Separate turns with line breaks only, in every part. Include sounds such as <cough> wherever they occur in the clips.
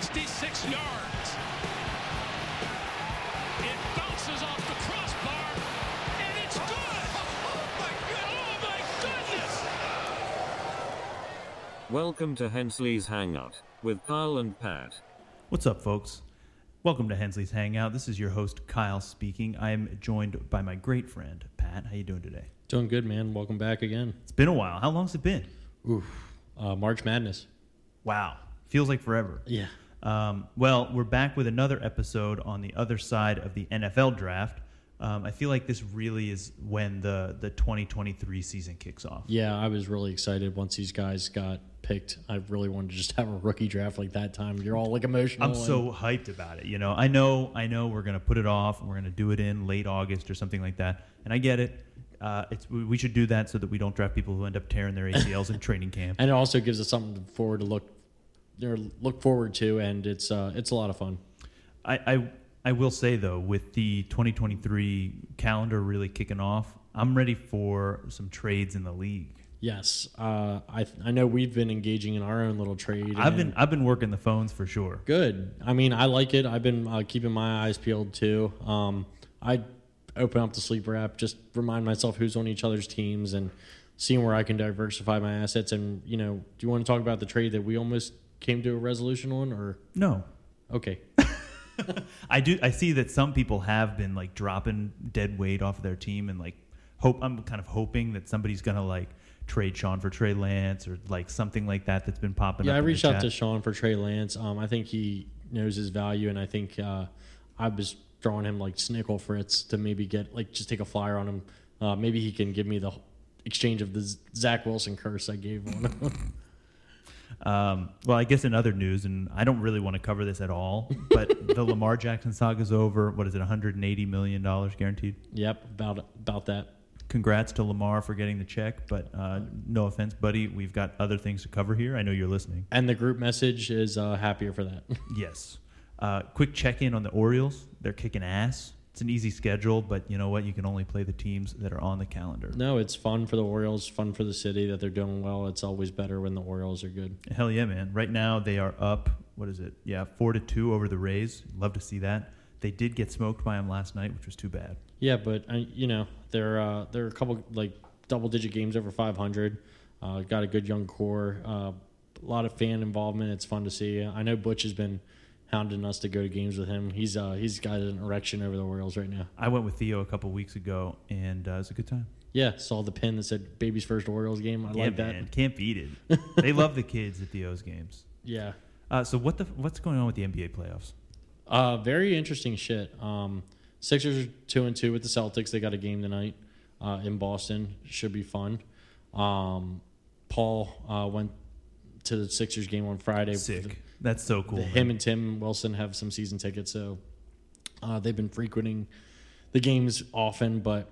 six yards. It bounces off the crossbar, and it's good. <laughs> Oh my god! Oh my goodness!
Welcome to Hensley's Hangout with Kyle and Pat.
What's up, folks? Welcome to Hensley's Hangout. This is your host Kyle speaking. I am joined by my great friend Pat. How you doing today?
Doing good, man. Welcome back again.
It's been a while. How long's it been?
Uh, March Madness.
Wow, feels like forever.
Yeah.
Um, well, we're back with another episode on the other side of the NFL draft. Um, I feel like this really is when the the 2023 season kicks off.
Yeah, I was really excited once these guys got picked. I really wanted to just <laughs> have a rookie draft like that time. You're all like emotional.
I'm
and-
so hyped about it. You know, I know, I know, we're gonna put it off. and We're gonna do it in late August or something like that. And I get it. Uh, it's we we should do that so that we don't draft people who end up tearing their ACLs in training camp.
and it also gives us something forward to look or look forward to, and it's uh, it's a lot of fun.
I, I I will say though, with the 2023 calendar really kicking off, I'm ready for some trades in the league.
Yes, uh, I I know we've been engaging in our own little trade.
I've
and-
been I've been working the phones for sure.
good. I mean, I like it. I've been uh, keeping my eyes peeled too. Um, I open up the sleeper app, just remind myself who's on each other's teams, and seeing where I can diversify my assets. And you know, do you want to talk about the trade that we almost came to a resolution on? Or
No,
okay,
I do. I see that some people have been like dropping dead weight off their team and like hope. I'm kind of hoping that somebody's gonna like trade Sean for Trey Lance or like something like that that's been popping up.
yeah, I
in the
reached out
chat.
to Sean for Trey Lance. Um, I think he knows his value, and I think uh, I was drawing him like Snickle Fritz to maybe get like just take a flyer on him. Uh, maybe he can give me the exchange of the Z- Zach Wilson curse I gave on him.
Um, well, I guess in other news, and I don't really want to cover this at all,
<laughs>
but the Lamar Jackson saga's over. What is it? 180 million dollars guaranteed.
Yep, about about that.
Congrats to Lamar for getting the check, but uh, no offense, buddy. We've got other things to cover here. I know you're listening.
And the group message is uh, happier for that. <laughs>
Yes. Uh, quick check in on the Orioles. They're kicking ass. It's an easy schedule, but you know what? You can only play the teams that are on the calendar.
no, it's fun for the Orioles, fun for the city that they're doing well. It's always better when the Orioles are good.
Hell yeah, man. Right now they are up, what is it? Yeah, four to two over the Rays. Love to see that. They did get smoked by them last night, which was too bad.
Yeah, but uh, you know they're uh, they're a couple like double digit games over 500. Uh, got a good young core, uh, a lot of fan involvement. It's fun to see. I know Butch has been hounding us to go to games with him. He's uh, he's got an erection over the Orioles right now.
I went with Theo a couple weeks ago, and uh, it was a good time.
Yeah, saw the pin that said "Baby's first Orioles game." I like that.
Can't beat it. they love the kids at Theo's games.
Yeah,
Uh, so what the what's going on with the NBA playoffs?
Uh, very interesting shit. Um, Sixers are two and two with the Celtics. They got a game tonight uh, in Boston. Should be fun. Um, Paul uh, went to the Sixers game on Friday.
Sick. That's so cool.
The-
man.
him and Tim Wilson have some season tickets, so uh, they've been frequenting the games often. But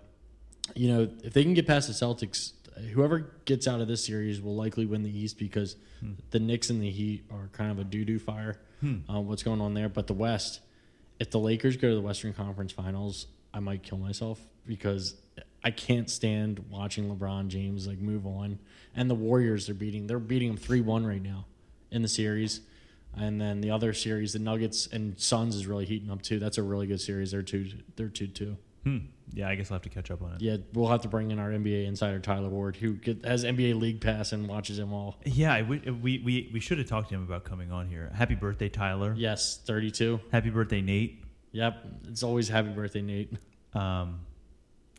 you know, if they can get past the Celtics, whoever gets out of this series will likely win the East because the Knicks and the Heat are kind of a doo doo fire. Uh, what's going on there? But the West, if the Lakers go to the Western Conference Finals, I might kill myself because I can't stand watching LeBron James like move on. And the Warriors are beating they're beating them three one right now in the series. And then the other series, the Nuggets and Suns is really heating up too. That's a really good series. They're two they're two two.
Hmm. Yeah, I guess I'll have to catch up on it.
Yeah, we'll have to bring in our NBA insider Tyler Ward, who get, has NBA League Pass and watches them all.
Yeah, I w- we, we, we should have talked to him about coming on here. Happy birthday, Tyler.
Yes, thirty-two.
Happy birthday, Nate.
Yep, it's always happy birthday, Nate.
Um,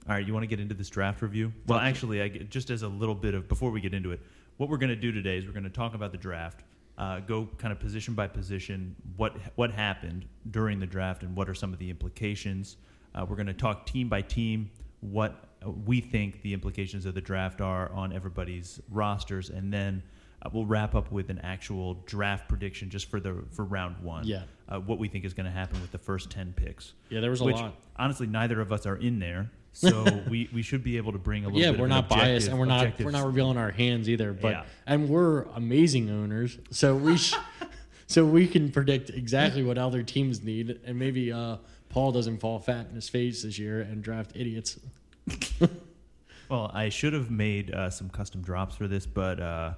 all right, you want to get into this draft review? Well, actually, I, g- just as a little bit of before we get into it, what we're going to do today is we're going to talk about the draft, uh, go kind of position by position, what what happened during the draft, and what are some of the implications. Uh, we're going to talk team by team what uh, we think the implications of the draft are on everybody's rosters, and then uh, we'll wrap up with an actual draft prediction just for the for round one.
Yeah.
uh, what we think is going to happen with the first ten picks
Yeah, there was a
which
lot.
honestly neither of us are in there
<laughs>
so we, we should be able to bring a little
Yeah,
bit
we're
of
not
an objective-
biased, and we're not
objective-
we're not revealing our hands either. But
Yeah.
and we're amazing owners, so we <laughs> sh- so we can predict exactly what other teams need, and maybe uh, Paul doesn't fall fat in his face this year and draft idiots.
well i should have made uh, some custom drops for this but uh,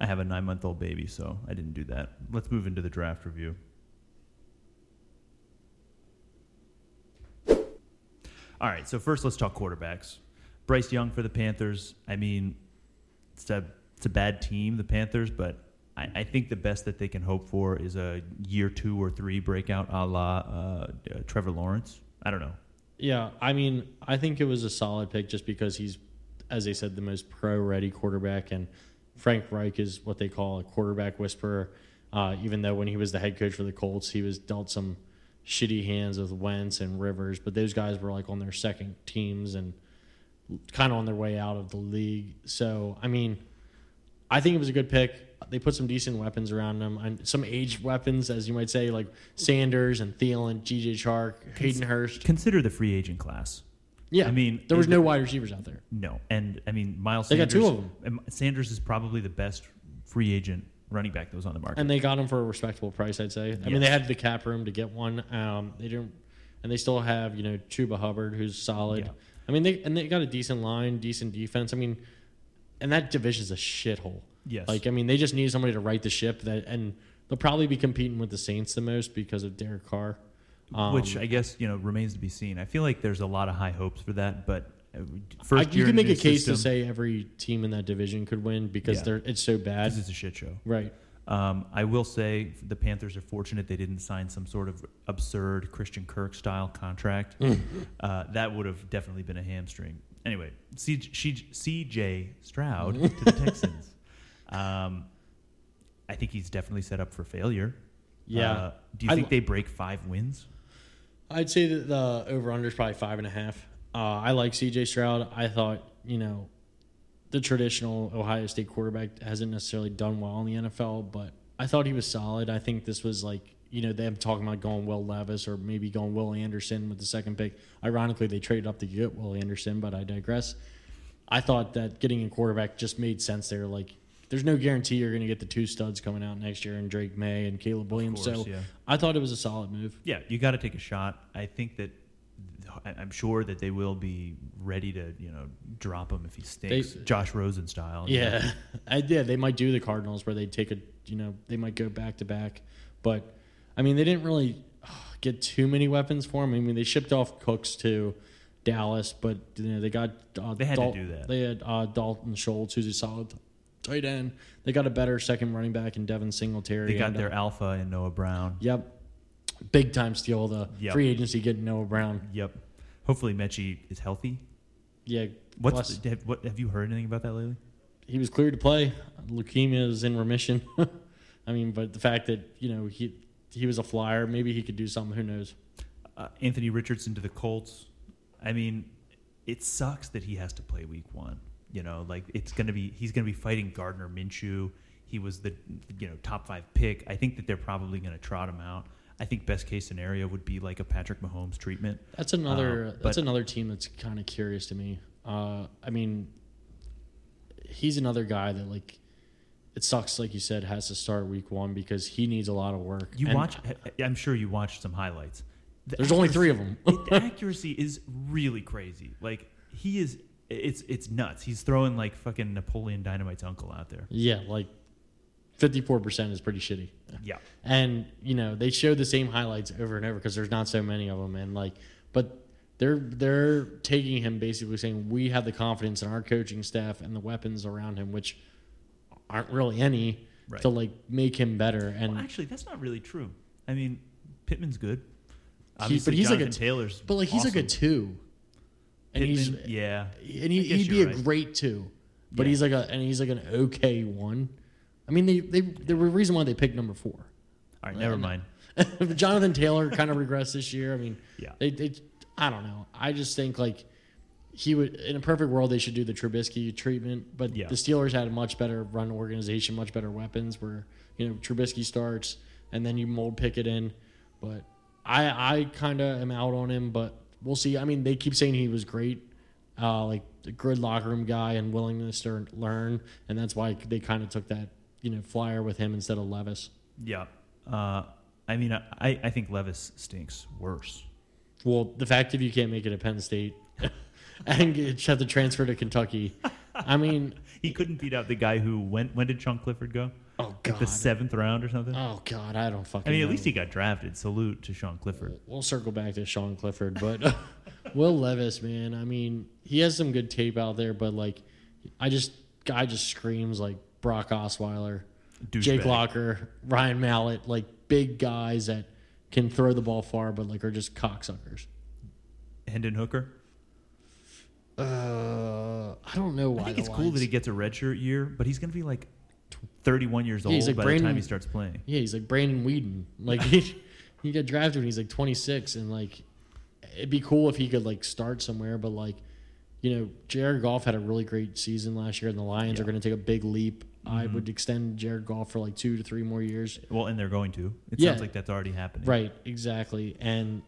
i have a nine month old baby so i didn't do that let's move into the draft review All right, so first let's talk quarterbacks. Bryce Young for the Panthers. I mean, it's a it's a bad team, the Panthers, but I, I think the best that they can hope for is a year two or three breakout, a la uh, uh, Trevor Lawrence. I don't know.
Yeah, I mean, I think it was a solid pick just because he's, as I said, the most pro-ready quarterback, and Frank Reich is what they call a quarterback whisperer. Uh, even though when he was the head coach for the Colts, he was dealt some shitty hands with Wentz and Rivers, but those guys were like on their second teams and kind of on their way out of the league. So, I mean, I think it was a good pick. They put some decent weapons around them, and some aged weapons, as you might say, like Sanders and Thielen, G.J. Chark, Hayden Hurst.
Consider the free agent class.
Yeah,
I mean,
there was
is
no
it-
wide receivers out there.
No, and I mean Miles.
They got
Sanders,
two of 'em.
and Sanders is probably the best free agent running back that was on the market.
and they got him for a respectable price, I'd say. I mean, they had the cap room to get one. Um, they didn't, and they still have you know Chuba Hubbard, who's solid.
Yeah.
I mean, they and they got a decent line, decent defense. I mean, and that division's a shithole.
Yes.
like I mean, they just need somebody to right the ship. That and they'll probably be competing with the Saints the most because of Derek Carr. Um,
which I guess you know remains to be seen. I feel like there's a lot of high hopes for that, but uh,
I,
first
you
year in
can
a
make
new
a case to
system,
say every team in that division could win because
Yeah.
they're it's so bad.
this is a shit show.
right.
Um, I will say the Panthers are fortunate they didn't sign some sort of absurd Christian Kirk style contract.
Hmm.
uh, that would have definitely been a hamstring. Anyway, C- she- CJ Stroud to the
<laughs>
Texans. Um, I think he's definitely set up for failure.
Yeah.
Uh, do you
I-
think they break five wins?
I'd say that the over under is probably five and a half. Uh, I like CJ Stroud. I thought, you know, the traditional Ohio State quarterback hasn't necessarily done well in the NFL, but I thought he was solid. I think this was like, you know, them talking about going Will Levis or maybe going Will Anderson with the second pick. Ironically, they traded up to get Will Anderson, but I digress. I thought that getting a quarterback just made sense there. Like, there's no guarantee you're going to get the two studs coming out next year and Drake May and Caleb Williams.
course,
so
yeah.
I thought it was a solid move.
yeah, you got to take a shot. I think that I- I'm sure that they will be ready to, you know, drop him if he stinks,
They-
Josh Rosen style. you know.
Yeah, <laughs> I, yeah, they might do the Cardinals where they take a you know they might go back to back, but I mean they didn't really ugh, get too many weapons for them. I mean they shipped off Cooks to Dallas, but you know they got uh,
They had to do that.
They had uh, Dalton Schultz, who's a solid tight end. They got a better second running back in Devin Singletary.
they got
and, uh,
their alpha in Noah Brown.
yep, big time steal the
Yep.
free agency getting Noah Brown.
Yep. Hopefully Mechie is healthy.
Yeah,
What's
plus,
the, have, what have you heard anything about that lately?
he was cleared to play. Leukemia is in remission. <laughs> I mean, but the fact that you know he he was a flyer, maybe he could do something. Who knows?
Uh, Anthony Richardson to the Colts. I mean, it sucks that he has to play Week One. You know, like it's gonna be he's gonna be fighting Gardner Minshew. He was the you know top five pick. I think that they're probably gonna trot him out. I think best case scenario would be like a Patrick Mahomes treatment.
That's another
Um, but-
that's another team that's kind of curious to me. Uh, I mean, he's another guy that like it sucks, like you said, has to start week one because he needs a lot of work.
You
And
watch. I- I'm sure you watched some highlights. The
There's only three of them. <laughs>
the accuracy is really crazy. Like he is. It's it's nuts. He's throwing like fucking Napoleon Dynamite's uncle out there.
yeah, like fifty four percent is pretty shitty.
Yeah.
and you know they show the same highlights over and over because there's not so many of them and like but they're they're taking him basically saying we have the confidence in our coaching staff and the weapons around him which aren't really any
Right.
to like make him better and
Well, actually, that's not really true. I mean, Pittman's good.
he's,
Obviously,
but he's like
Jonathan
a
Taylor's.
but like he's like a
awesome.
two and he's
Pittman, yeah.
and
I
he,
guess
he'd be
you're
a
right.
great two but
Yeah.
he's like a and he's like an okay one I mean they they the reason why they picked number four
All right, never mind.
<laughs> Jonathan Taylor kind of regressed this year. I mean,
Yeah.
they, they, I don't know. I just think like he would in a perfect world they should do the Trubisky treatment, but
Yeah.
the Steelers had a much better run organization, much better weapons. Where you know Trubisky starts and then you mold Pickett in, but I I kind of am out on him, but we'll see. I mean, they keep saying he was great. Uh, like the good locker room guy and willingness to learn, and that's why they kind of took that you know flyer with him instead of Levis.
Yeah. Uh, I mean, I I think Levis stinks worse.
Well, the fact that you can't make it at Penn State <laughs> and get, have to transfer to Kentucky, I mean,
He couldn't beat out the guy who when when did Sean Clifford go?
<laughs> Oh God.
the seventh round or something.
oh God. I don't fucking.
I mean, at
know.
least he got drafted. Salute to Sean Clifford.
We'll circle back to Sean Clifford, but <laughs> Will Levis, man. I mean, he has some good tape out there, but like, I just guy just screams like Brock Osweiler, Jake
Douchebag.
Locker, Ryan Mallett, like big guys that can throw the ball far, but like are just cocksuckers.
Hendon Hooker.
Uh, I don't know why.
I think
the
it's cool that
Lions-
he gets a redshirt year, but he's going to be like tw- 31 years old
he's like
by the
Brandon-
time he starts playing.
Yeah, he's like Brandon Whedon. Like he, he got drafted when he's like 26, and like it'd be cool if he could like start somewhere. But like, you know, Jared Goff had a really great season last year, and the Lions are going to take a big leap. I would extend Jared Goff for like two to three more years.
Well, and they're going to. It
Yeah.
sounds like that's already happening.
Right, exactly. And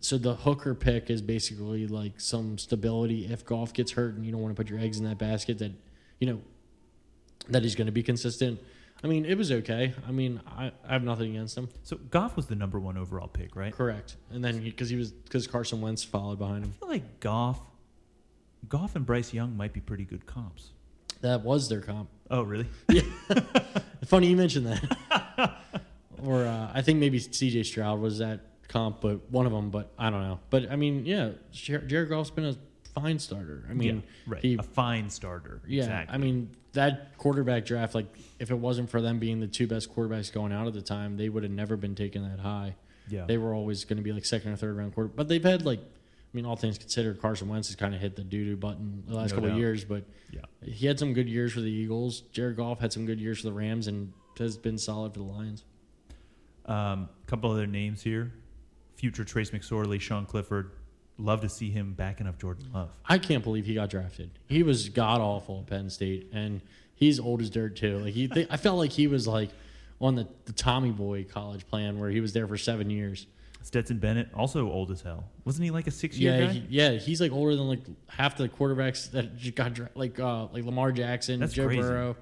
so the hooker pick is basically like some stability if golf gets hurt and you don't want to put your eggs in that basket that you know that he's going to be consistent. I mean, it was okay. I mean, I, I have nothing against him.
So Goff was the number one overall pick, right?
Correct. And then because he, was because Carson Wentz followed behind him.
I feel like Goff, Goff and Bryce Young might be pretty good comps.
That was their comp.
Oh, really?
Funny you mentioned that. <laughs> or uh, I think maybe C.J. Stroud was that comp, but one of them. But I don't know. But I mean, yeah, Jer- Jared Goff's been a fine starter. I mean,
<laughs> right.
<laughs> he
a fine starter.
Yeah,
exactly.
I mean that quarterback draft. Like, if it wasn't for them being the two best quarterbacks going out at the time, they would have never been taken that high.
Yeah.
they were always going to be like second or third round quarter. But they've had like, I mean, all things considered, Carson Wentz has kind of hit the doo doo button the last
No
couple of
doubt.
years. But
Yeah.
he had some good years for the Eagles. Jared Goff had some good years for the Rams, and has been solid for the Lions.
Um, couple other names here. Future Trace McSorley, Sean Clifford. Love to see him backing up Jordan Love.
I can't believe he got drafted. He was god awful at Penn State, and he's old as dirt too. Like he, I felt like he was like on the, the Tommy Boy college plan where he was there for seven years.
Stetson Bennett, also old as hell. Wasn't he like a six year
Yeah,
guy?
he, yeah, he's like older than like half the quarterbacks that just got dra- like uh, like Lamar Jackson,
That's
Joe
crazy.
Burrow.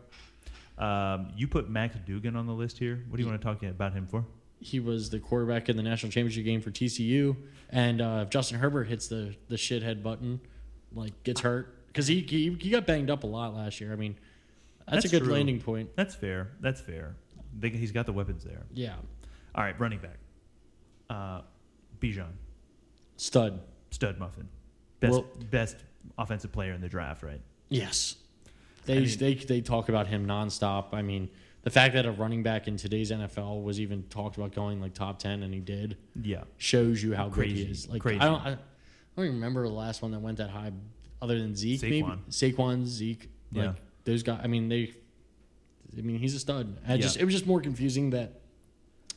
Um, you put Max Dugan on the list here. What do you want to talk about him for?
He was the quarterback in the national championship game for TCU, and uh, if Justin Herbert hits the the shithead button, like gets hurt because he, he he got banged up a lot last year. I mean, that's, a
That's
good
true.
landing point.
That's fair. That's fair. They, he's got the weapons there.
Yeah,
All right, running back. Uh, Bijan,
stud.
stud muffin, best
Well-
best offensive player in the draft, right?
Yes. They,
mean-
they they talk about him nonstop. I mean, the fact that a running back in today's NFL was even talked about going like top ten, and he did,
Yeah.
shows you how good
Crazy,
he is. Like
crazy.
I don't I, I don't even remember the last one that went that high, other than Zeke. Maybe
Saquon.
Saquon, Zeke. Like,
Yeah.
Those guys. I mean, they. I mean, he's a stud. I just
Yeah.
it was just more confusing that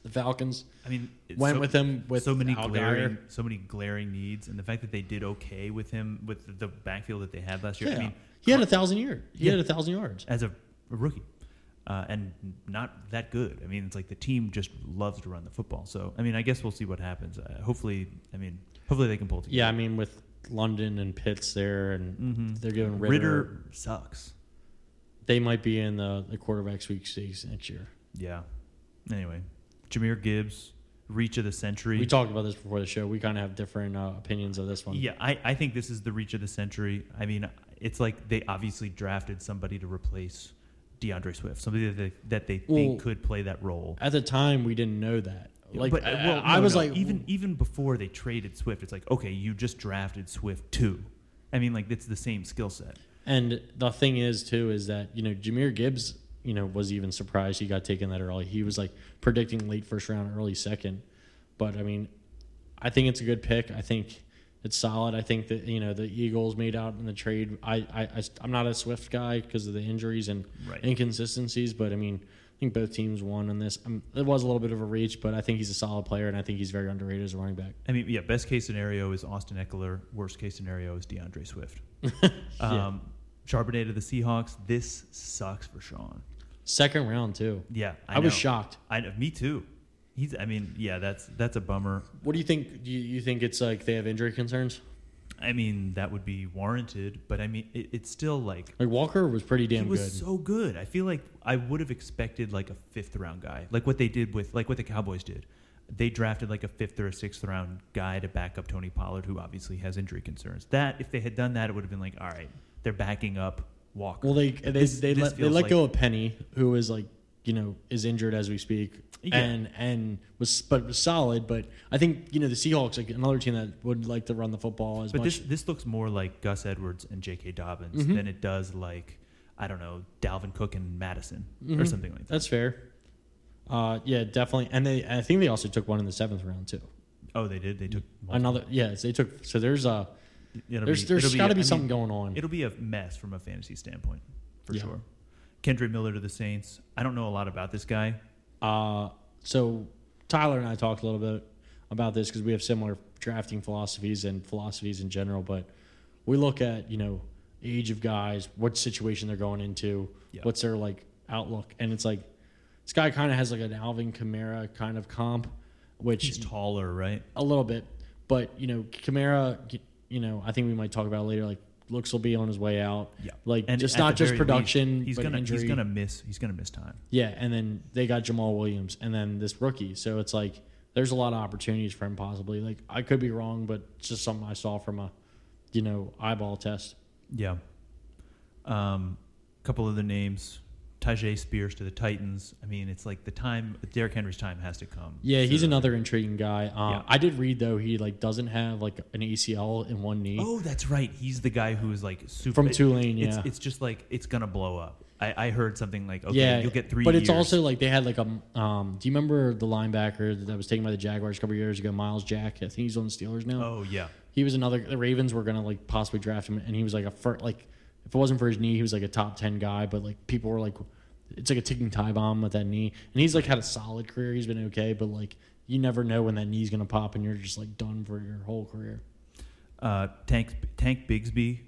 the Falcons
I mean, it's
went
so-
with him with
so many
Al Dyer.
glaring, so many glaring needs, and the fact that they did okay with him with the backfield that they had last year.
Yeah.
I mean,
he had a thousand year. He had
Yeah.
a thousand yards.
as a, a rookie, uh, and not that good. I mean, it's like the team just loves to run the football. So, I mean, I guess we'll see what happens. Uh, hopefully, I mean, hopefully they can pull it together.
Yeah, I mean with London and Pitts there, and they're giving Ritter,
Mm-hmm. Ritter sucks.
They might be in the, the quarterback sweepstakes next year.
Yeah. Anyway, Jameer Gibbs, reach of the century.
We talked about this before the show. We kind of have different uh, opinions of this one.
yeah, I, I think this is the reach of the century. I mean, it's like they obviously drafted somebody to replace DeAndre Swift, somebody that they, that they think
Well-
could play that role.
At the time, we didn't know that. Like,
but, uh,
I-
well,
I
no,
was
no,
like,
even even before they traded Swift, it's like okay, you just drafted Swift too. I mean, like it's the same skill set.
and the thing is too is that you know Jameer Gibbs, you know, was even surprised he got taken that early. He was like predicting late first round, early second. But I mean, I think it's a good pick. I think it's solid. I think that you know the Eagles made out in the trade. I I, I am not a Swift guy because of the injuries and
Right.
inconsistencies, but I mean. I think both teams won on this. Um, it was a little bit of a reach, but I think he's a solid player, and I think he's very underrated as a running back.
I mean, yeah, best case scenario is Austin Eckler. Worst case scenario is DeAndre Swift.
<laughs>
um, Charbonnet to the Seahawks. This sucks for Sean.
Second round too.
Yeah,
I was
know.
shocked.
I me too. He's. I mean, yeah, that's that's a bummer.
What do you think? Do you, you think it's like they have injury concerns?
I mean, that would be warranted, but I mean, it, it's still like
Like Walker was pretty damn
he was
good.
so good. I feel like I would have expected like a fifth round guy, like what they did with like what the Cowboys did. They drafted like a fifth or a sixth round guy to back up Tony Pollard, who obviously has injury concerns. That if they had done that, it would have been like, all right, they're backing up Walker.
well, they they
This-
they
this
let they
feels
let
like-
go of Penny, who was like you know is injured as we speak,
Yeah.
and and was but was solid. But I think you know the Seahawks, like another team that would like to run the football as
But
much. Mm-hmm.
this this looks more like Gus Edwards and J.K. Dobbins than it does like I don't know Dalvin Cook and Madison
Mm-hmm.
or something like that.
That's fair. Uh, yeah, definitely. And they, I think they also took one in the seventh round too.
Oh, they did. They took
Another, yes, they took. So there's a
It'll
there's
be-
there's
it'll
got to
I
be
mean,
something going on.
It'll be a mess from a fantasy standpoint for
Yeah.
sure. Kendra Miller to the Saints. I don't know a lot about this guy.
Uh, so Tyler and I talked a little bit about this because we have similar drafting philosophies and philosophies in general, but we look at, you know, age of guys, what situation they're going into,
Yeah.
what's their like outlook. And it's like, this guy kind of has like an Alvin Kamara kind of comp, which
He's taller, right?
a little bit, but you know, Kamara, you know, I think we might talk about it later. Like, looks will be on his way out. like
And
just
at
not
the
just
very
production.
least, he's
but
gonna
injury.
he's gonna miss he's gonna miss time.
Yeah, and then they got Jamal Williams and then this rookie. So it's like there's a lot of opportunities for him possibly. Like I could be wrong, but it's just something I saw from a you know, eyeball test.
Yeah. Um, couple other names. Tajay Spears to the Titans. I mean, it's like the time Derrick Henry's time has to come.
Yeah, he's
soon.
another intriguing guy. Uh,
Yeah.
I did read though he like doesn't have like an ACL in one knee.
Oh, that's right. He's the guy who is like super
From
it-
Tulane,
It's,
yeah.
it's just like it's gonna blow up. I, I heard something like, okay,
yeah,
you'll get three.
But it's
years.
also like they had like a. Um, do you remember the linebacker that was taken by the Jaguars a couple years ago, Miles Jack? I think he's on the Steelers now.
oh yeah,
he was another the Ravens were gonna like possibly draft him and he was like a fir- like if it wasn't for his knee he was like a top 10 guy but like people were like it's like a ticking time bomb with that knee and he's like had a solid career he's been okay but like you never know when that knee's gonna pop and you're just like done for your whole career
uh, Tank Tank Bigsby.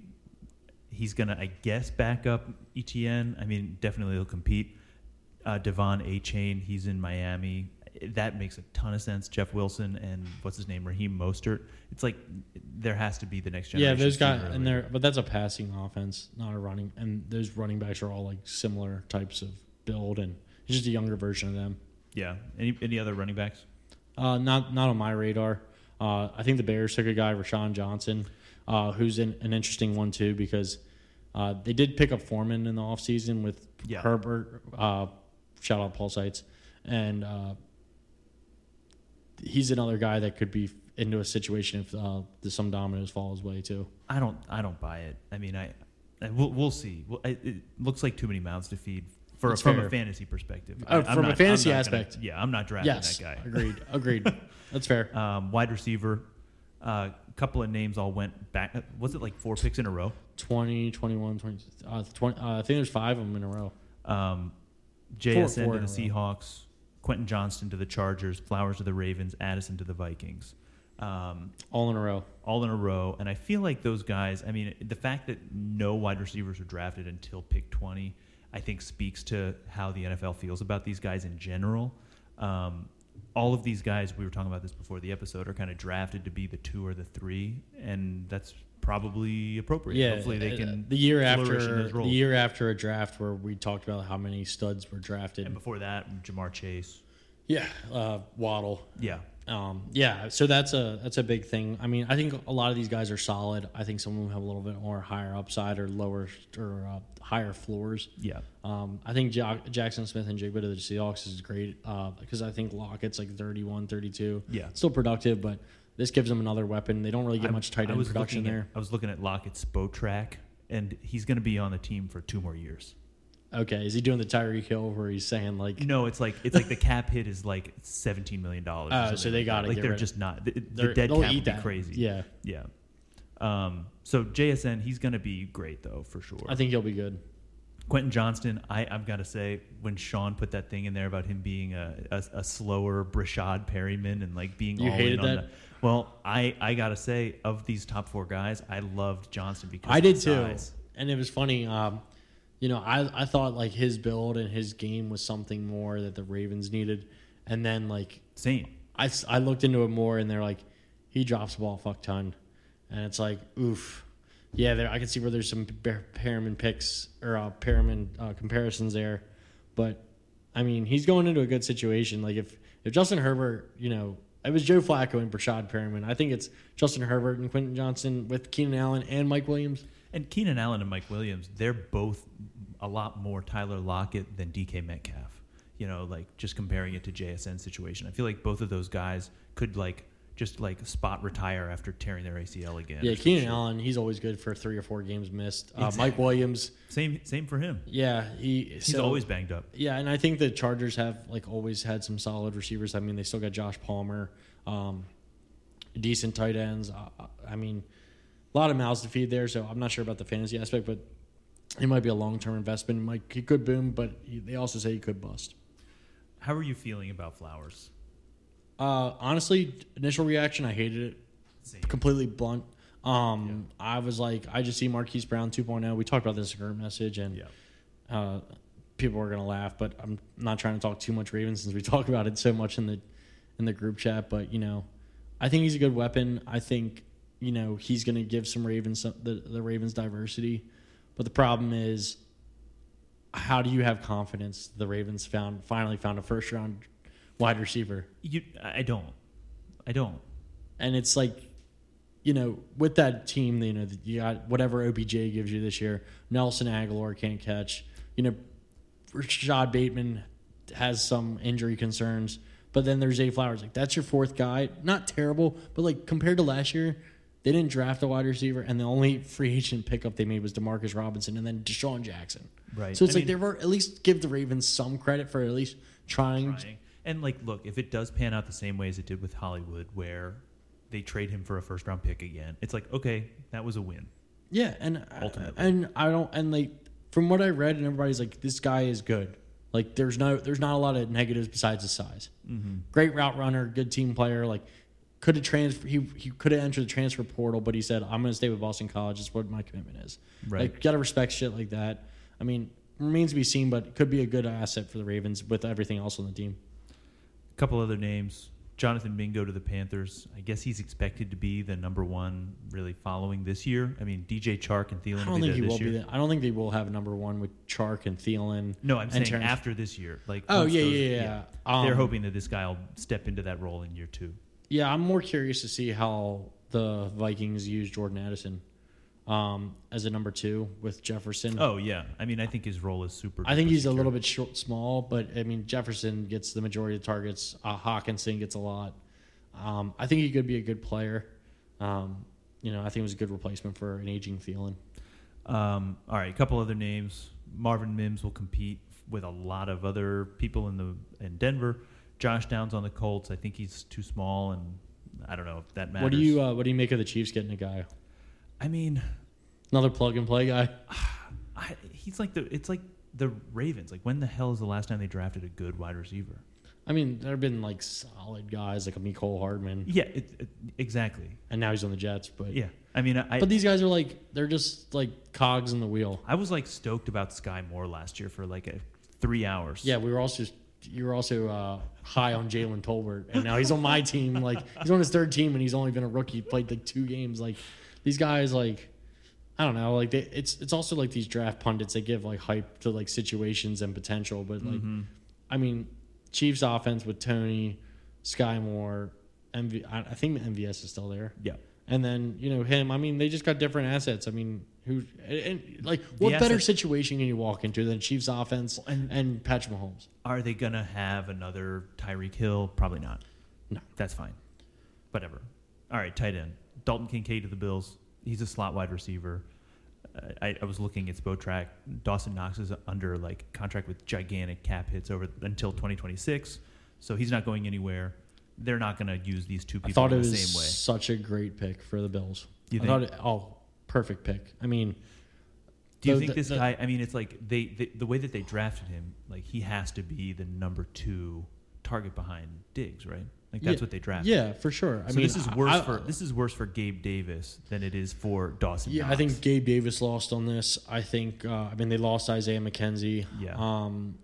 He's gonna, I guess, back up ETN. I mean, definitely he'll compete. Uh, Devon A Chain. He's in Miami. That makes a ton of sense. Jeff Wilson and what's his name, Raheem Mostert. It's like there has to be the next
yeah
generation.
those guys
sooner or
and
later.
they're but that's a passing offense not a running and those running backs are all like similar types of build and it's just a younger version of them
yeah. Any any other running backs?
Uh, not not on my radar. Uh, I think the Bears took a guy, Rashawn Johnson, uh, who's in, an interesting one too because uh, they did pick up Foreman in the offseason with
Yeah.
Herbert. Uh, shout out Paul Seitz, and uh, he's another guy that could be into a situation if uh, the, some dominoes fall his way too.
I don't. I don't buy it. I mean, I. I we'll, we'll see. Well, I, it looks like too many mouths to feed for
It's
from
fair.
a fantasy perspective.
Oh,
I- I'm
from a
not- I'm
fantasy
not gonna-
aspect.
yeah, I'm not drafting
Yes,
that <laughs>
agreed, agreed. That's fair.
guy. Um, wide receiver. A uh, couple of names all went back. Was it like four picks in a row?
20, 21, 20, uh, 20 uh, I think there's five of them in a row.
Um, JSN
four
to
in
the
a
Seahawks. Quentin Johnston to the Chargers. Flowers to the Ravens. Addison to the Vikings. Um,
All in a row.
all in a row. And I feel like those guys, I mean, the fact that no wide receivers were drafted until pick 20, I think speaks to how the NFL feels about these guys in general. Um, all of these guys, we were talking about this before the episode, are kind of drafted to be the two or the three, and that's probably appropriate. Hopefully they
uh,
can
the year
flourish in
after
those roles.
the year after a draft where we talked about how many studs were drafted.
and before that, Jamar Chase.
yeah, uh, Waddle.
Yeah.
Um, yeah, so that's a that's a big thing. I mean, I think a lot of these guys are solid. I think some of them have a little bit more higher upside or lower or uh, higher floors.
Yeah.
Um, I think jo- Jackson Smith and Jigba to the Seahawks is great uh, because I think Lockett's like 31, 32.
Yeah.
Still productive, but this gives them another weapon. They don't really get
I-
much tight
I
end
was
production
looking at-
there.
I was looking at Lockett's bow track, and he's going to be on the team for two more years.
Okay, is he doing the Tyreek Hill where he's saying like
No, it's like it's like the cap hit is like seventeen million dollars.
Oh, so they gotta
to like
get
they're
rid-
just not the, the
They're-
dead
they'll
cap
eat
would be
that.
crazy.
Yeah.
yeah. Um, so JSN, he's gonna be great though for sure.
I think he'll be good.
Quentin Johnston, I I've got to say when Sean put that thing in there about him being a a, a slower Brashad Perryman and like being
You
all
hated
in on
that?
the, well, I I gotta say of these top four guys, I loved Johnston because
I
of
did
his
too,
size.
and it was funny. Um, you know, I I thought like his build and his game was something more that the Ravens needed, and then like
Same.
I, s- I looked into it more, and they're like, he drops the ball a fuck ton, and it's like, oof, yeah. There, I can see where there's some Bear- Perriman picks or uh, Perriman uh, comparisons there, but I mean, he's going into a good situation. Like if if Justin Herbert, you know, it was Joe Flacco and Brashad Perriman. I think it's Justin Herbert and Quentin Johnson with Keenan Allen and Mike Williams.
And Keenan Allen and Mike Williams, they're both a lot more Tyler Lockett than DK Metcalf. you know, like just comparing it to JSN situation. I feel like both of those guys could like just like spot retire after tearing their ACL again.
Yeah, Keenan Allen, he's always good for three or four games missed. Uh, Mike Williams,
Same same for him.
yeah, he
He's always banged up.
Yeah, and I think the Chargers have like always had some solid receivers. I mean, they still got Josh Palmer, um, decent tight ends. Uh, I mean, a lot of mouths to feed there. So I'm not sure about the fantasy aspect, but it might be a long term investment. It might he could boom, but he, they also say he could bust.
How are you feeling about Flowers?
Uh, honestly, initial reaction, I hated it.
Same.
Completely blunt. Um, I was like, I just see Marquise Brown 2.0. We talked about this in a group message, and
Yeah.
uh, people are gonna laugh, but I'm not trying to talk too much Ravens since we <laughs> talk about it so much in the in the group chat. But you know, I think he's a good weapon. I think you know he's gonna give some Ravens some, the the Ravens diversity. But the problem is, how do you have confidence the Ravens found finally found a first round wide receiver?
You I I don't. I don't.
and it's like you know with that team you know you got whatever obj gives you this year nelson aguilar can't catch you know rashad bateman has some injury concerns but then there's a flowers like that's your fourth guy not terrible but like compared to last year they didn't draft a wide receiver and the only free agent pickup they made was demarcus robinson and then deshaun jackson
Right.
so it's
I
like
mean-
they were at least give the ravens some credit for at least trying
trying. And like, look, if it does pan out the same way as it did with Hollywood, where they trade him for a first round pick again, it's like, okay, that was a win.
Yeah, and uh,
Ultimately.
and I don't and like from what I read and everybody's like this guy is good. Like there's no there's not a lot of negatives besides his size.
Mm-hmm.
Great route runner, good team player. Like could have transfer he he could have entered the transfer portal, but he said I'm going to stay with Boston College. It's what my commitment is.
Right.
Like got to respect shit like that. I mean, remains to be seen, but could be a good asset for the Ravens with everything else on the team.
A couple other names. Jonathan Mingo to the Panthers. I guess he's expected to be the number one really following this year. I mean, DJ Chark and Thielen
I
will be
don't think
there
he
this
will
year.
be. That. I don't think they will have number one with Chark and Thielen.
No, I'm
and
saying
Terrence-
after this year. Like,
Oh,
once
yeah,
those-
yeah, yeah. Um,
They're hoping that this guy will step into that role in year two.
Yeah, I'm more curious to see how the Vikings use Jordan Addison um, as a number two with Jefferson.
Oh yeah, I mean, I think his role is super.
I think
duper
he's a
secure.
little bit short, small, but I mean Jefferson gets the majority of targets. Uh, Hawkinson gets a lot. Um, I think he could be a good player. Um, you know, I think it was a good replacement for an aging Thielen.
Um, all right, a couple other names. Marvin Mims will compete with a lot of other people in the in Denver. Josh Downs on the Colts. I think he's too small, and I don't know if that matters.
What do you uh, What do you make of the Chiefs getting a guy?
I mean,
Another plug and play guy.
I, he's like the. It's like the Ravens. Like when the hell is the last time they drafted a good wide receiver?
I mean, there have been like solid guys like a Nicole Hardman,
Yeah, it, it, exactly.
and now he's on the Jets. But
Yeah, I mean, I
but these guys are like they're just like cogs in the wheel.
I was like stoked about Sky Moore last year for like a three hours.
Yeah, we were also you were also uh, high on Jalen Tolbert, and now he's
<laughs>
on my team. Like he's on his third team, and he's only been a rookie. Played like two games. Like these guys, like I don't know. Like they, it's it's also like these draft pundits. They give like hype to like situations and potential, but like
Mm-hmm.
I mean, Chiefs offense with Tony, Sky Moore, MV. I, I think MVS is still there.
yeah.
And then you know him. I mean, they just got different assets. I mean, who and, and, like what
The
better
assets-
situation can you walk into than Chiefs offense and, and Patrick Mahomes?
Are they gonna have another Tyreek Hill? Probably not.
No.
That's fine. Whatever. All right, tight end. Dalton Kincaid to the Bills. He's a slot wide receiver. I, I was looking at Spotrack. Dawson Knox is under like contract with gigantic cap hits over until 2026, so he's not going anywhere. They're not going to use these two
I
people
thought
in
it
the
was
same way.
such a great pick for the Bills.
You
I thought it, oh, perfect pick. I mean,
Do you
the-
think
the-
this
the-
guy? I mean, it's like they, they the way that they drafted him. Like he has to be the number two target behind Diggs, right? Like that's
yeah,
what they drafted.
Yeah, for sure. I
so
mean,
this is worse
I-
for this is worse for Gabe Davis than it is for Dawson.
Yeah, I
Knox.
think Gabe Davis lost on this. I think uh, I mean they lost Isaiah McKenzie.
Yeah.
Um,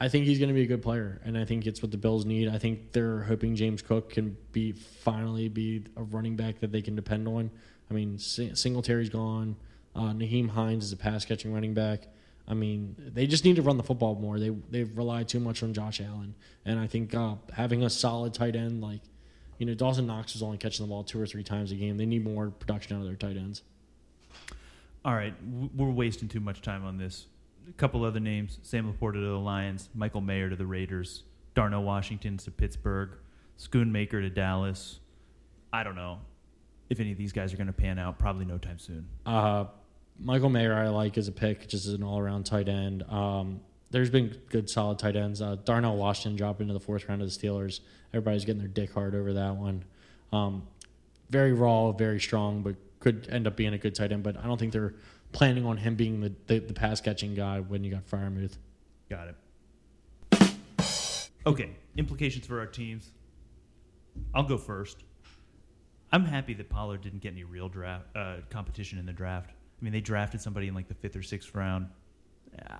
I think he's going to be a good player, and I think it's what the Bills need. I think they're hoping James Cook can be finally be a running back that they can depend on. I mean, Sing- Singletary's gone. Uh, Naheem Hines is a pass catching running back. I mean, they just need to run the football more. They they've relied too much on Josh Allen, and I think uh, having a solid tight end like. You know, Dawson Knox is only catching the ball two or three times a game. They need more production out of their tight ends.
All right, w- we're wasting too much time on this. a couple other names: Sam Laporta to the Lions, Michael Mayer to the Raiders, Darnell Washington to Pittsburgh, Schoonmaker to Dallas. I don't know if any of these guys are going to pan out. Probably no time soon.
Uh, Michael Mayer, I like as a pick, just as an all around tight end. Um, there's been good, solid tight ends. Uh, Darnell Washington dropped into the fourth round of the Steelers. Everybody's getting their dick hard over that one. Um, very raw, very strong, but could end up being a good tight end. But I don't think they're planning on him being the, the, the pass catching guy when you got Fryermuth.
Got it. Okay, implications for our teams. I'll go first. I'm happy that Pollard didn't get any real draft uh, competition in the draft. I mean, they drafted somebody in like the fifth or sixth round.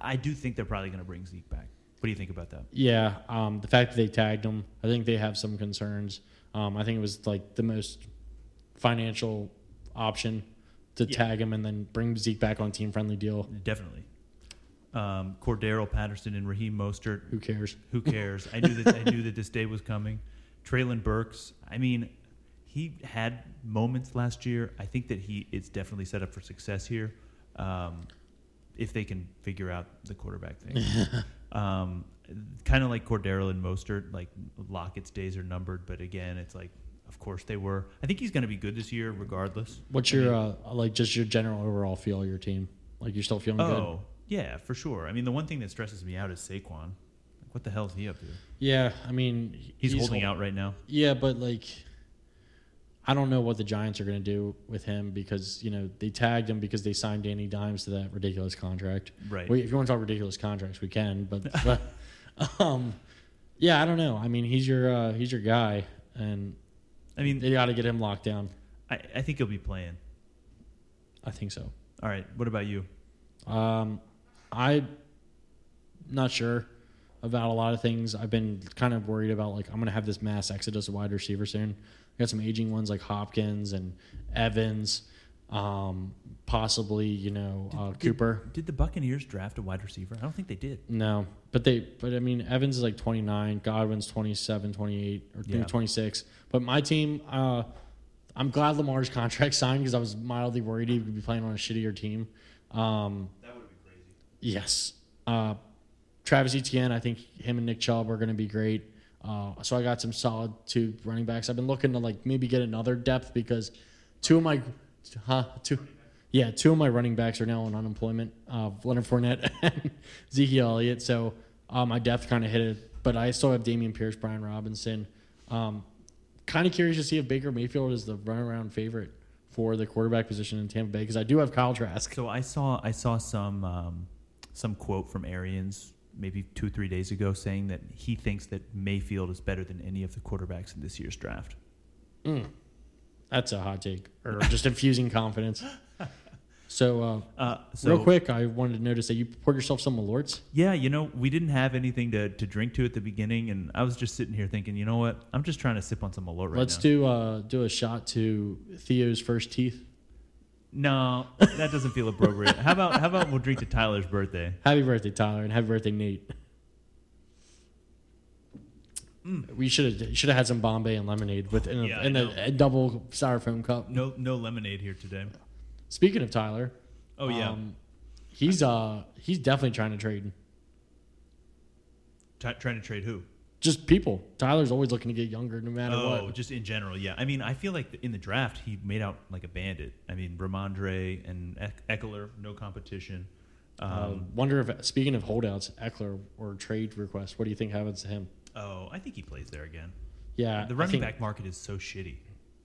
I do think they're probably going to bring Zeke back. What do you think about that?
Yeah, um, the fact that they tagged him, I think they have some concerns. Um, I think it was like the most financial option to
Yeah.
tag him and then bring Zeke back on team friendly deal.
Definitely. Um, Cordero Patterson and Raheem Mostert.
Who cares?
Who cares? I knew that I knew that this day was coming. Traylon Burks. I mean, he had moments last year. I think that he is definitely set up for success here, um, if they can figure out the quarterback thing. um, kind of like Cordero and Mostert. Like Lockett's days are numbered, but again, it's like, of course they were. I think he's going to be good this year, regardless.
What's your uh, like just your general overall feel of your team? Like you're still feeling good?
Oh, yeah, for sure. I mean, the one thing that stresses me out is Saquon. Like, what the hell is he up to?
Yeah, I mean
He's, holding out right now.
Yeah, but like I don't know what the Giants are going to do with him because you know they tagged him because they signed Danny Dimes to that ridiculous contract.
Right.
We, if you want to talk ridiculous contracts, we can. But, but um, yeah, I don't know. I mean, he's your uh, he's your guy, and
I mean,
they got to get him locked down.
I, I think he'll be playing.
I think so.
All right. What about you?
Um, I'm not sure about a lot of things. I've been kind of worried about like I'm gonna have this mass exodus of wide receiver soon. I got some aging ones like Hopkins and Evans, um, possibly you know uh, Cooper.
Did the Buccaneers draft a wide receiver? I don't think they did.
No, but they but I mean Evans is like 29, Godwin's 27, 28 or maybe
Yeah.
26. But my team, uh, I'm glad Lamar's <laughs> contract signed because I was mildly worried he would be playing on a shittier team. Um,
That would be crazy.
Yes. Uh, Travis Etienne, I think him and Nick Chubb are going to be great. Uh, so I got some solid two running backs. I've been looking to like maybe get another depth because two of my huh, two, yeah, two of my running backs are now on unemployment. Uh, Leonard Fournette <laughs> and Zeke Elliott. So uh, my depth kind of hit it, but I still have Damian Pierce, Brian Robinson. Um, kind of curious to see if Baker Mayfield is the runaround favorite for the quarterback position in Tampa Bay because I do have Kyle Trask.
So I saw I saw some um, some quote from Arians maybe two three days ago saying that he thinks that Mayfield is better than any of the quarterbacks in this year's draft.
That's a hot take, or <laughs> just infusing
<laughs>
confidence. So, uh,
Uh, so
real quick, I wanted to notice that you poured yourself some Malorts.
Yeah, you know, we didn't have anything to, to drink to at the beginning, and I was just sitting here thinking, you know what? I'm just trying to sip on some Malort right
Let's
now.
do uh, do a shot to Theo's first teeth.
No, that doesn't feel appropriate. how about how about we'll drink to Tyler's birthday?
Happy birthday, Tyler, and happy birthday, Nate. We should have should have had some Bombay and lemonade with in a,
Hmm. Yeah, I
in a,
know.
a double styrofoam cup.
No no lemonade here today.
Speaking of Tyler,
Oh yeah.
um,
<laughs>
he's uh he's definitely trying to trade.
Try trying to trade who?
Just people. Tyler's always looking to get younger, no matter
Oh,
what.
just in general, yeah. I mean, I feel like in the draft he made out like a bandit. I mean, Ramondre and Eck- Eckler, no competition.
Uh,
Um,
wonder if speaking of holdouts, Eckler or trade request, what do you think happens to him?
oh, I think he plays there again.
Yeah,
The
I
running
think-
back market is so shitty.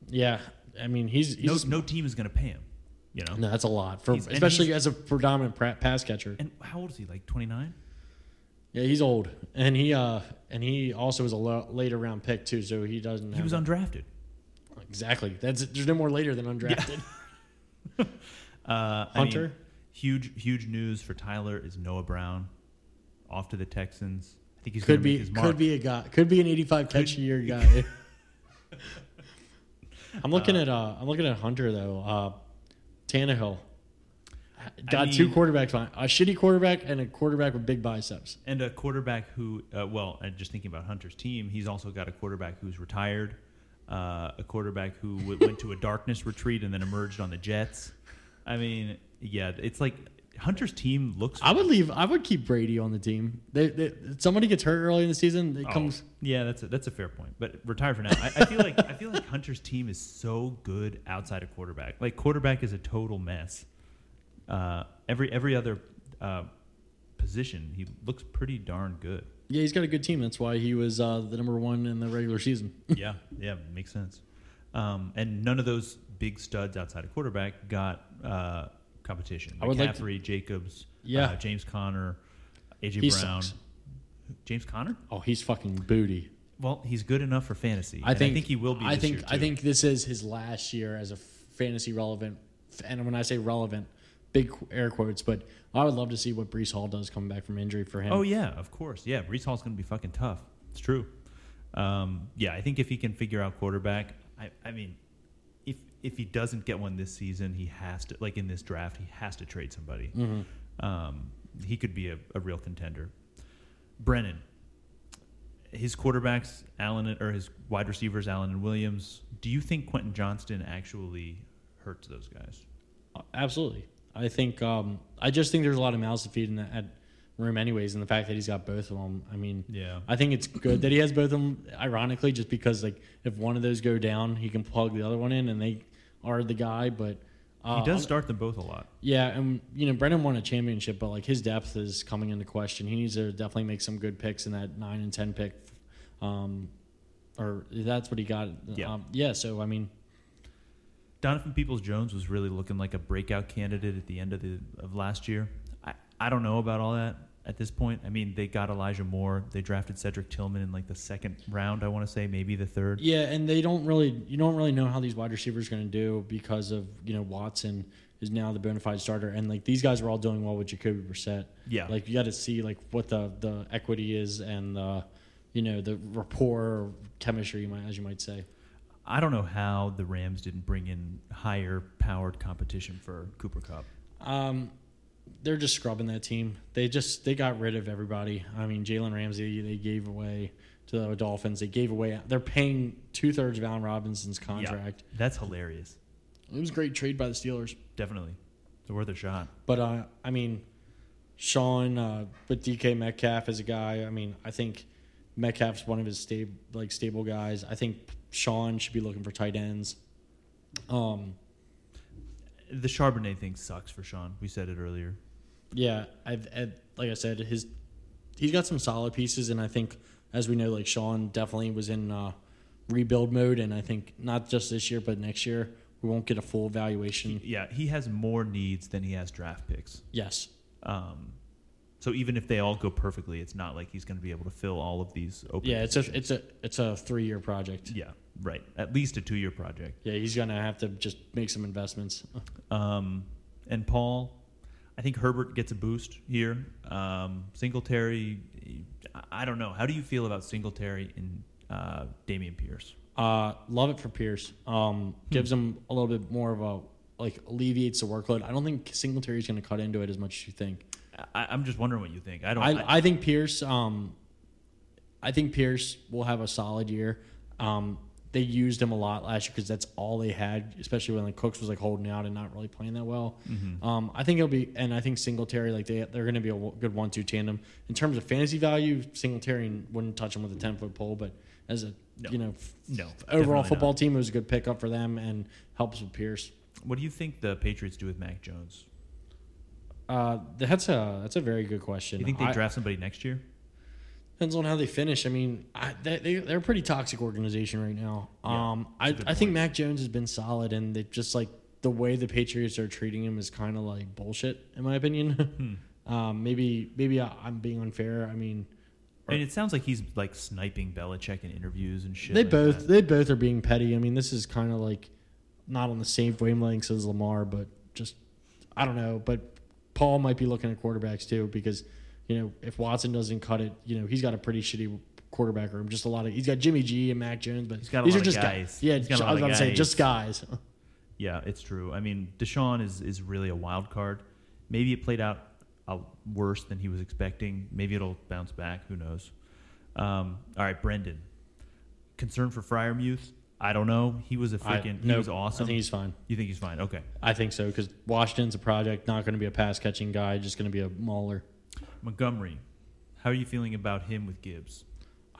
Yeah, I mean he's,
No,
he's no,
no team is going to pay him. You know.
that's a lot for
He's- and
especially
he's-
as a predominant pra- pass catcher.
And how old is he? Like twenty nine.
yeah, he's old, and he uh and he also was a lo- later round pick too, so he doesn't.
He was undrafted.
exactly. That's there's no more later than undrafted.
Uh, I
Hunter?
mean, huge, huge news for Tyler is Noah Brown off to the Texans. I think he's
could
gonna
be
make his mark.
could be a guy. Could be an 85 catch a year <laughs> guy. I'm looking at uh I'm looking at Hunter though. Uh, Tannehill got two
mean-
quarterbacks. Fine, a shitty quarterback and a quarterback with big biceps.
and a quarterback who, uh, well, and just thinking about Hunter's team, he's also got a quarterback who's retired, uh, a quarterback who w- went to a darkness retreat and then emerged on the Jets. I mean, yeah, it's like Hunter's team looks.
I would leave. I would keep Brady on the team. They, they, somebody gets hurt early in the season. It
Oh,
comes.
Yeah, that's a, that's a fair point. But retire for now. I, I feel like I feel like Hunter's team is so good outside of quarterback. Like quarterback is a total mess. Uh, every every other uh, position, he looks pretty darn good.
Yeah, he's got a good team. That's why he was uh, the number one in the regular season.
yeah, yeah, makes sense. Um, and none of those big studs outside of quarterback got uh, competition.
I would like to-
McCaffrey, Jacobs,
Yeah.
uh, James Conner, AJ
He
Brown.
sucks.
James Conner?
Oh, he's fucking booty.
Well, he's good enough for fantasy.
I
and
think,
I think he will be.
I
this
think
year,
I
too.
think this is his last year as a fantasy relevant, and when I say relevant, big air quotes. But I would love to see what Brees Hall does coming back from injury for him.
Oh yeah, of course. Yeah, Brees Hall's going to be fucking tough. It's true. Um, yeah, I think if he can figure out quarterback, I, I mean, if if he doesn't get one this season, he has to like in this draft, he has to trade somebody. Um, he could be a, a real contender. Brennan, his quarterbacks, Allen and- or his wide receivers, Allen and Williams. Do you think Quentin Johnston actually hurts those guys?
Absolutely. I think um, I just think there's a lot of mouths to feed in that at room, anyways. And the fact that he's got both of them, I mean,
Yeah.
I think it's good that he has both of them. Ironically, just because like if one of those go down, he can plug the other one in, and they are the guy. But uh,
He does start them both a lot.
yeah, and you know Brennan won a championship, but like his depth is coming into question. He needs to definitely make some good picks in that nine and ten pick, um, or that's what he got.
Yeah.
um, yeah. So I mean,
Donovan Peoples Jones was really looking like a breakout candidate at the end of the of last year. I, I don't know about all that at this point. I mean, they got Elijah Moore. They drafted Cedric Tillman in like the second round, I want to say, maybe the third.
Yeah, and they don't really you don't really know how these wide receivers are going to do because of you know Watson is now the bona fide starter, and like these guys are all doing well with Jacoby Brissett.
Yeah.
like you got to see like what the the equity is and the you know the rapport or chemistry, you might, as you might say.
I don't know how the Rams didn't bring in higher powered competition for Cooper Cup.
Um, they're just scrubbing that team. They just they got rid of everybody. I mean, Jalen Ramsey they gave away to the Dolphins. They gave away. They're paying two thirds of Allen Robinson's contract.
Yeah, that's hilarious.
It was a great trade by the Steelers.
Definitely, it's worth a shot.
But uh, I mean, Sean, uh, but DK Metcalf is a guy. I mean, I think Metcalf's one of his stable, like stable guys. I think Sean should be looking for tight ends. Um,
The Charbonnet thing sucks for Sean. We said it earlier.
yeah, I've and like I said, his he's got some solid pieces, and I think as we know, like Sean definitely was in uh, rebuild mode, and I think not just this year, but next year we won't get a full evaluation.
Yeah, he has more needs than he has draft picks.
Yes,
Um, so even if they all go perfectly, it's not like he's going to be able to fill all of these open.
yeah, it's a
positions.
it's a it's a three year project.
yeah, right. At least a two-year project.
Yeah, he's gonna have to just make some investments.
Um, and Paul, I think Herbert gets a boost here. Um, Singletary, I- I don't know. How do you feel about Singletary and uh, Damian Pierce?
Uh, love it for Pierce. Um, gives him a little bit more of a like alleviates the workload. I don't think Singletary's going to cut into it as much as you think.
I, I'm just wondering what you think. I don't. I-
I, I think Pierce. Um, I think Pierce will have a solid year. Um, they used him a lot last year because that's all they had, especially when like Cooks was like holding out and not really playing that well.
Mm-hmm.
Um, I think it'll be, and I think Singletary like they they're going to be a w- good one-two tandem in terms of fantasy value. Singletary wouldn't touch him with a ten-foot pole, but as a
No.
you know f-
No, definitely
overall
not.
football team, it was a good pickup for them and helps with Pierce.
what do you think the Patriots do with Mac Jones?
Uh, that's a that's a very good question.
Do you think they
I-
draft somebody next year?
Depends on how they finish. I mean, I, they, they, they're a pretty toxic organization right now.
Yeah,
um, I,
good
I think
point.
Mac Jones has been solid, and they just like the way the Patriots are treating him is kind of like bullshit, in my opinion.
Hmm.
<laughs> um, maybe maybe I, I'm being unfair. I mean,
I mean, it sounds like he's like sniping Belichick in interviews and shit.
they
like
both
that.
they both are being petty. I mean, this is kind of like not on the same wavelengths as Lamar, but just I don't know. But Paul might be looking at quarterbacks too because you know if Watson doesn't cut it, you know he's got a pretty shitty quarterback room. Just a lot of he's got Jimmy G and Mac Jones, but
He's got a
these
lot
are
of
just
guys.
Yeah,
He's got a
I was
lot
about
of
to say
guys.
just guys. <laughs>
Yeah, it's true. I mean, Deshaun is is really a wild card. Maybe it played out uh, worse than he was expecting. Maybe it'll bounce back. Who knows? Um, all right, Brendan. Concern for Fryermuth. I don't know. He was a
I-
freaking. he
no,
was awesome.
I think he's fine.
you think he's fine? Okay.
I think so because Washington's a project, not going to be a pass catching guy, just going to be a mauler.
Montgomery, how are you feeling about him with Gibbs?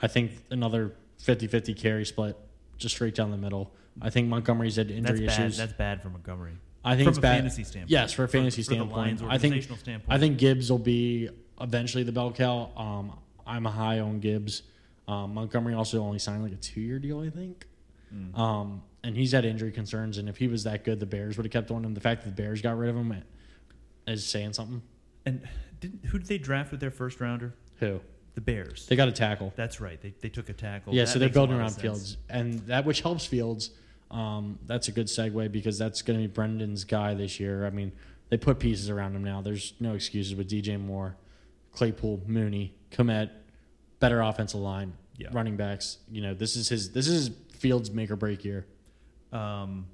I think another 50-50 carry split, just straight down the middle. I think Montgomery's had
That's
injury
bad.
issues.
That's bad for Montgomery.
I think
from
it's
a
bad.
fantasy standpoint.
Yes, for a
For-
fantasy
for the
standpoint.
Lions
I think
organizational standpoint.
I think Gibbs will be eventually the bell cow. Um, I'm high on Gibbs. Um, Montgomery also only signed like a two year deal, I think.
Hmm.
Um, and he's had injury concerns, and if he was that good, the Bears would have kept on him. The fact that the Bears got rid of him is saying something.
And didn't, who did they draft with their first rounder?
Who
The Bears.
they got a tackle?
That's right. They, they took a tackle.
yeah,
That
so they're
makes a
building
lot of
around
sense.
Fields, and that which helps Fields. Um, that's a good segue because that's going to be Brendan's guy this year. I mean, they put pieces around him now. There's no excuses with DJ Moore, Claypool, Mooney, Komet, better offensive line,
Yeah.
running backs. You know, this is his this is Fields make or break year.
Um,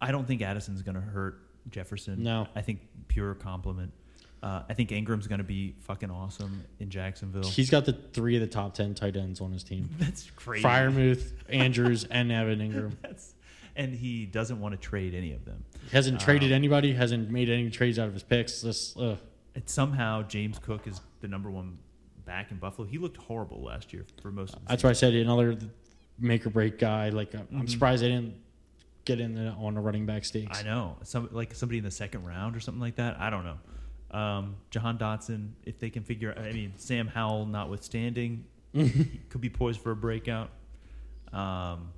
I don't think Addison's going to hurt Jefferson.
No.
I think pure compliment. Uh, I think Ingram's going to be fucking awesome in Jacksonville.
He's got the three of the top ten tight ends on his team:
<laughs> That's crazy.
Fryermuth, Andrews, and Evan Ingram.
<laughs> That's, and he doesn't want to trade any of them.
He hasn't traded anybody. Hasn't made any trades out of his picks. This uh,
And somehow James Cook is the number one back in Buffalo. He looked horrible last year for most of the
That's why I said another make or break guy. Like I'm I'm surprised they didn't get in the, on the running back stakes.
Mm-hmm. I know some like somebody in the second round or something like that. I don't know. Um, Jahan Dotson, if they can figure, I mean Sam Howell,
<laughs>
notwithstanding, he could be poised for a breakout. Um,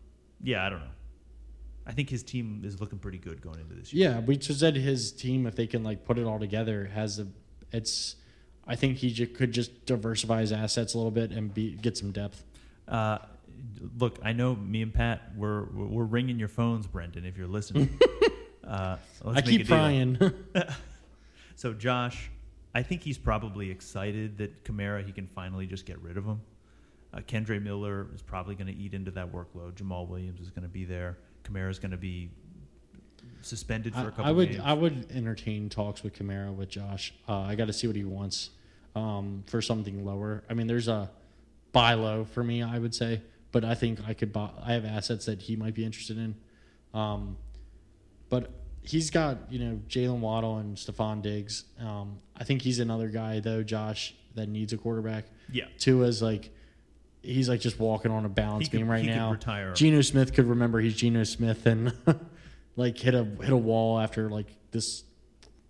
yeah, I don't know. I think his team is looking pretty good going into this year.
Yeah, we just said his team if they can like put it all together has the it's. I think he ju- could just diversify his assets a little bit and be, get some depth.
Uh, look, I know me and Pat we're we're ringing your phones, Brendan, if you're
<laughs>
listening. uh, let's
I
make a
keep
deal.
trying. <laughs>
So Josh, I think he's probably excited that Kamara he can finally just get rid of him. Uh, Kendra Miller is probably going to eat into that workload. Jamal Williams is going to be there. Kamara is going to be suspended for a
I,
couple.
I would
games.
I would entertain talks with Kamara with Josh. Uh, I got to see what he wants um, for something lower. I mean, there's a buy low for me. I would say, but I think I could buy. I have assets that he might be interested in. Um, but he's got you know Jalen Waddle and Stephon Diggs. Um, I think he's another guy though, Josh, that needs a quarterback.
Yeah.
Two is like he's like just walking on a balance
He could-
beam right
he could
now.
retire.
Geno Smith could remember he's Geno Smith and <laughs> like hit a hit a wall after like this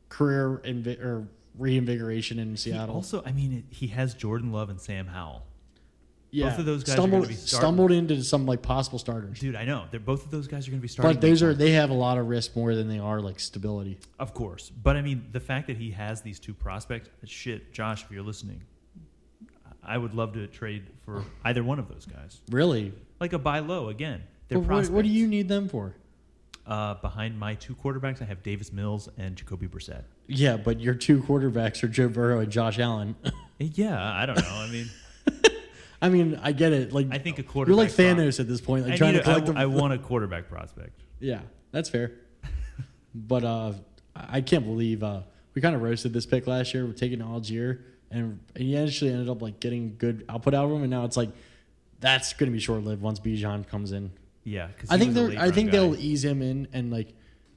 career invi- or reinvigoration in
He
Seattle.
also, I mean, he has Jordan Love and Sam Howell.
yeah,
both of those guys are
stumbled
gonna be starting.
stumbled into some like possible starters.
Dude, I know they're both of those guys are going to be starting.
But those
week
are
one.
they have a lot of risk more than they are like stability.
of course. But I mean, the fact that he has these two prospects, shit, Josh, if you're listening, I would love to trade for either one of those guys,
Really,
like a buy low again. They're
but what, what do
prospects.
you need them for?
Uh, behind my two quarterbacks, I have Davis Mills and Jacoby Brissett.
Yeah, but your two quarterbacks are Joe Burrow and Josh Allen. <laughs>
Eh, Yeah, I don't know. I mean,
I mean, I get it. Like
I think a
you're like
quarterback.
Thanos at this point, like
I,
trying
need
to
a, I,
collect them.
I want a quarterback prospect.
Yeah, that's fair. but uh, I I can't believe uh, we kind of roasted this pick last year. We're taking Algier, and he actually ended up like getting good output out of him. And now it's like that's going to be short lived once Bijan comes in.
Yeah, because
I think they're. I think they'll ease him in, and like,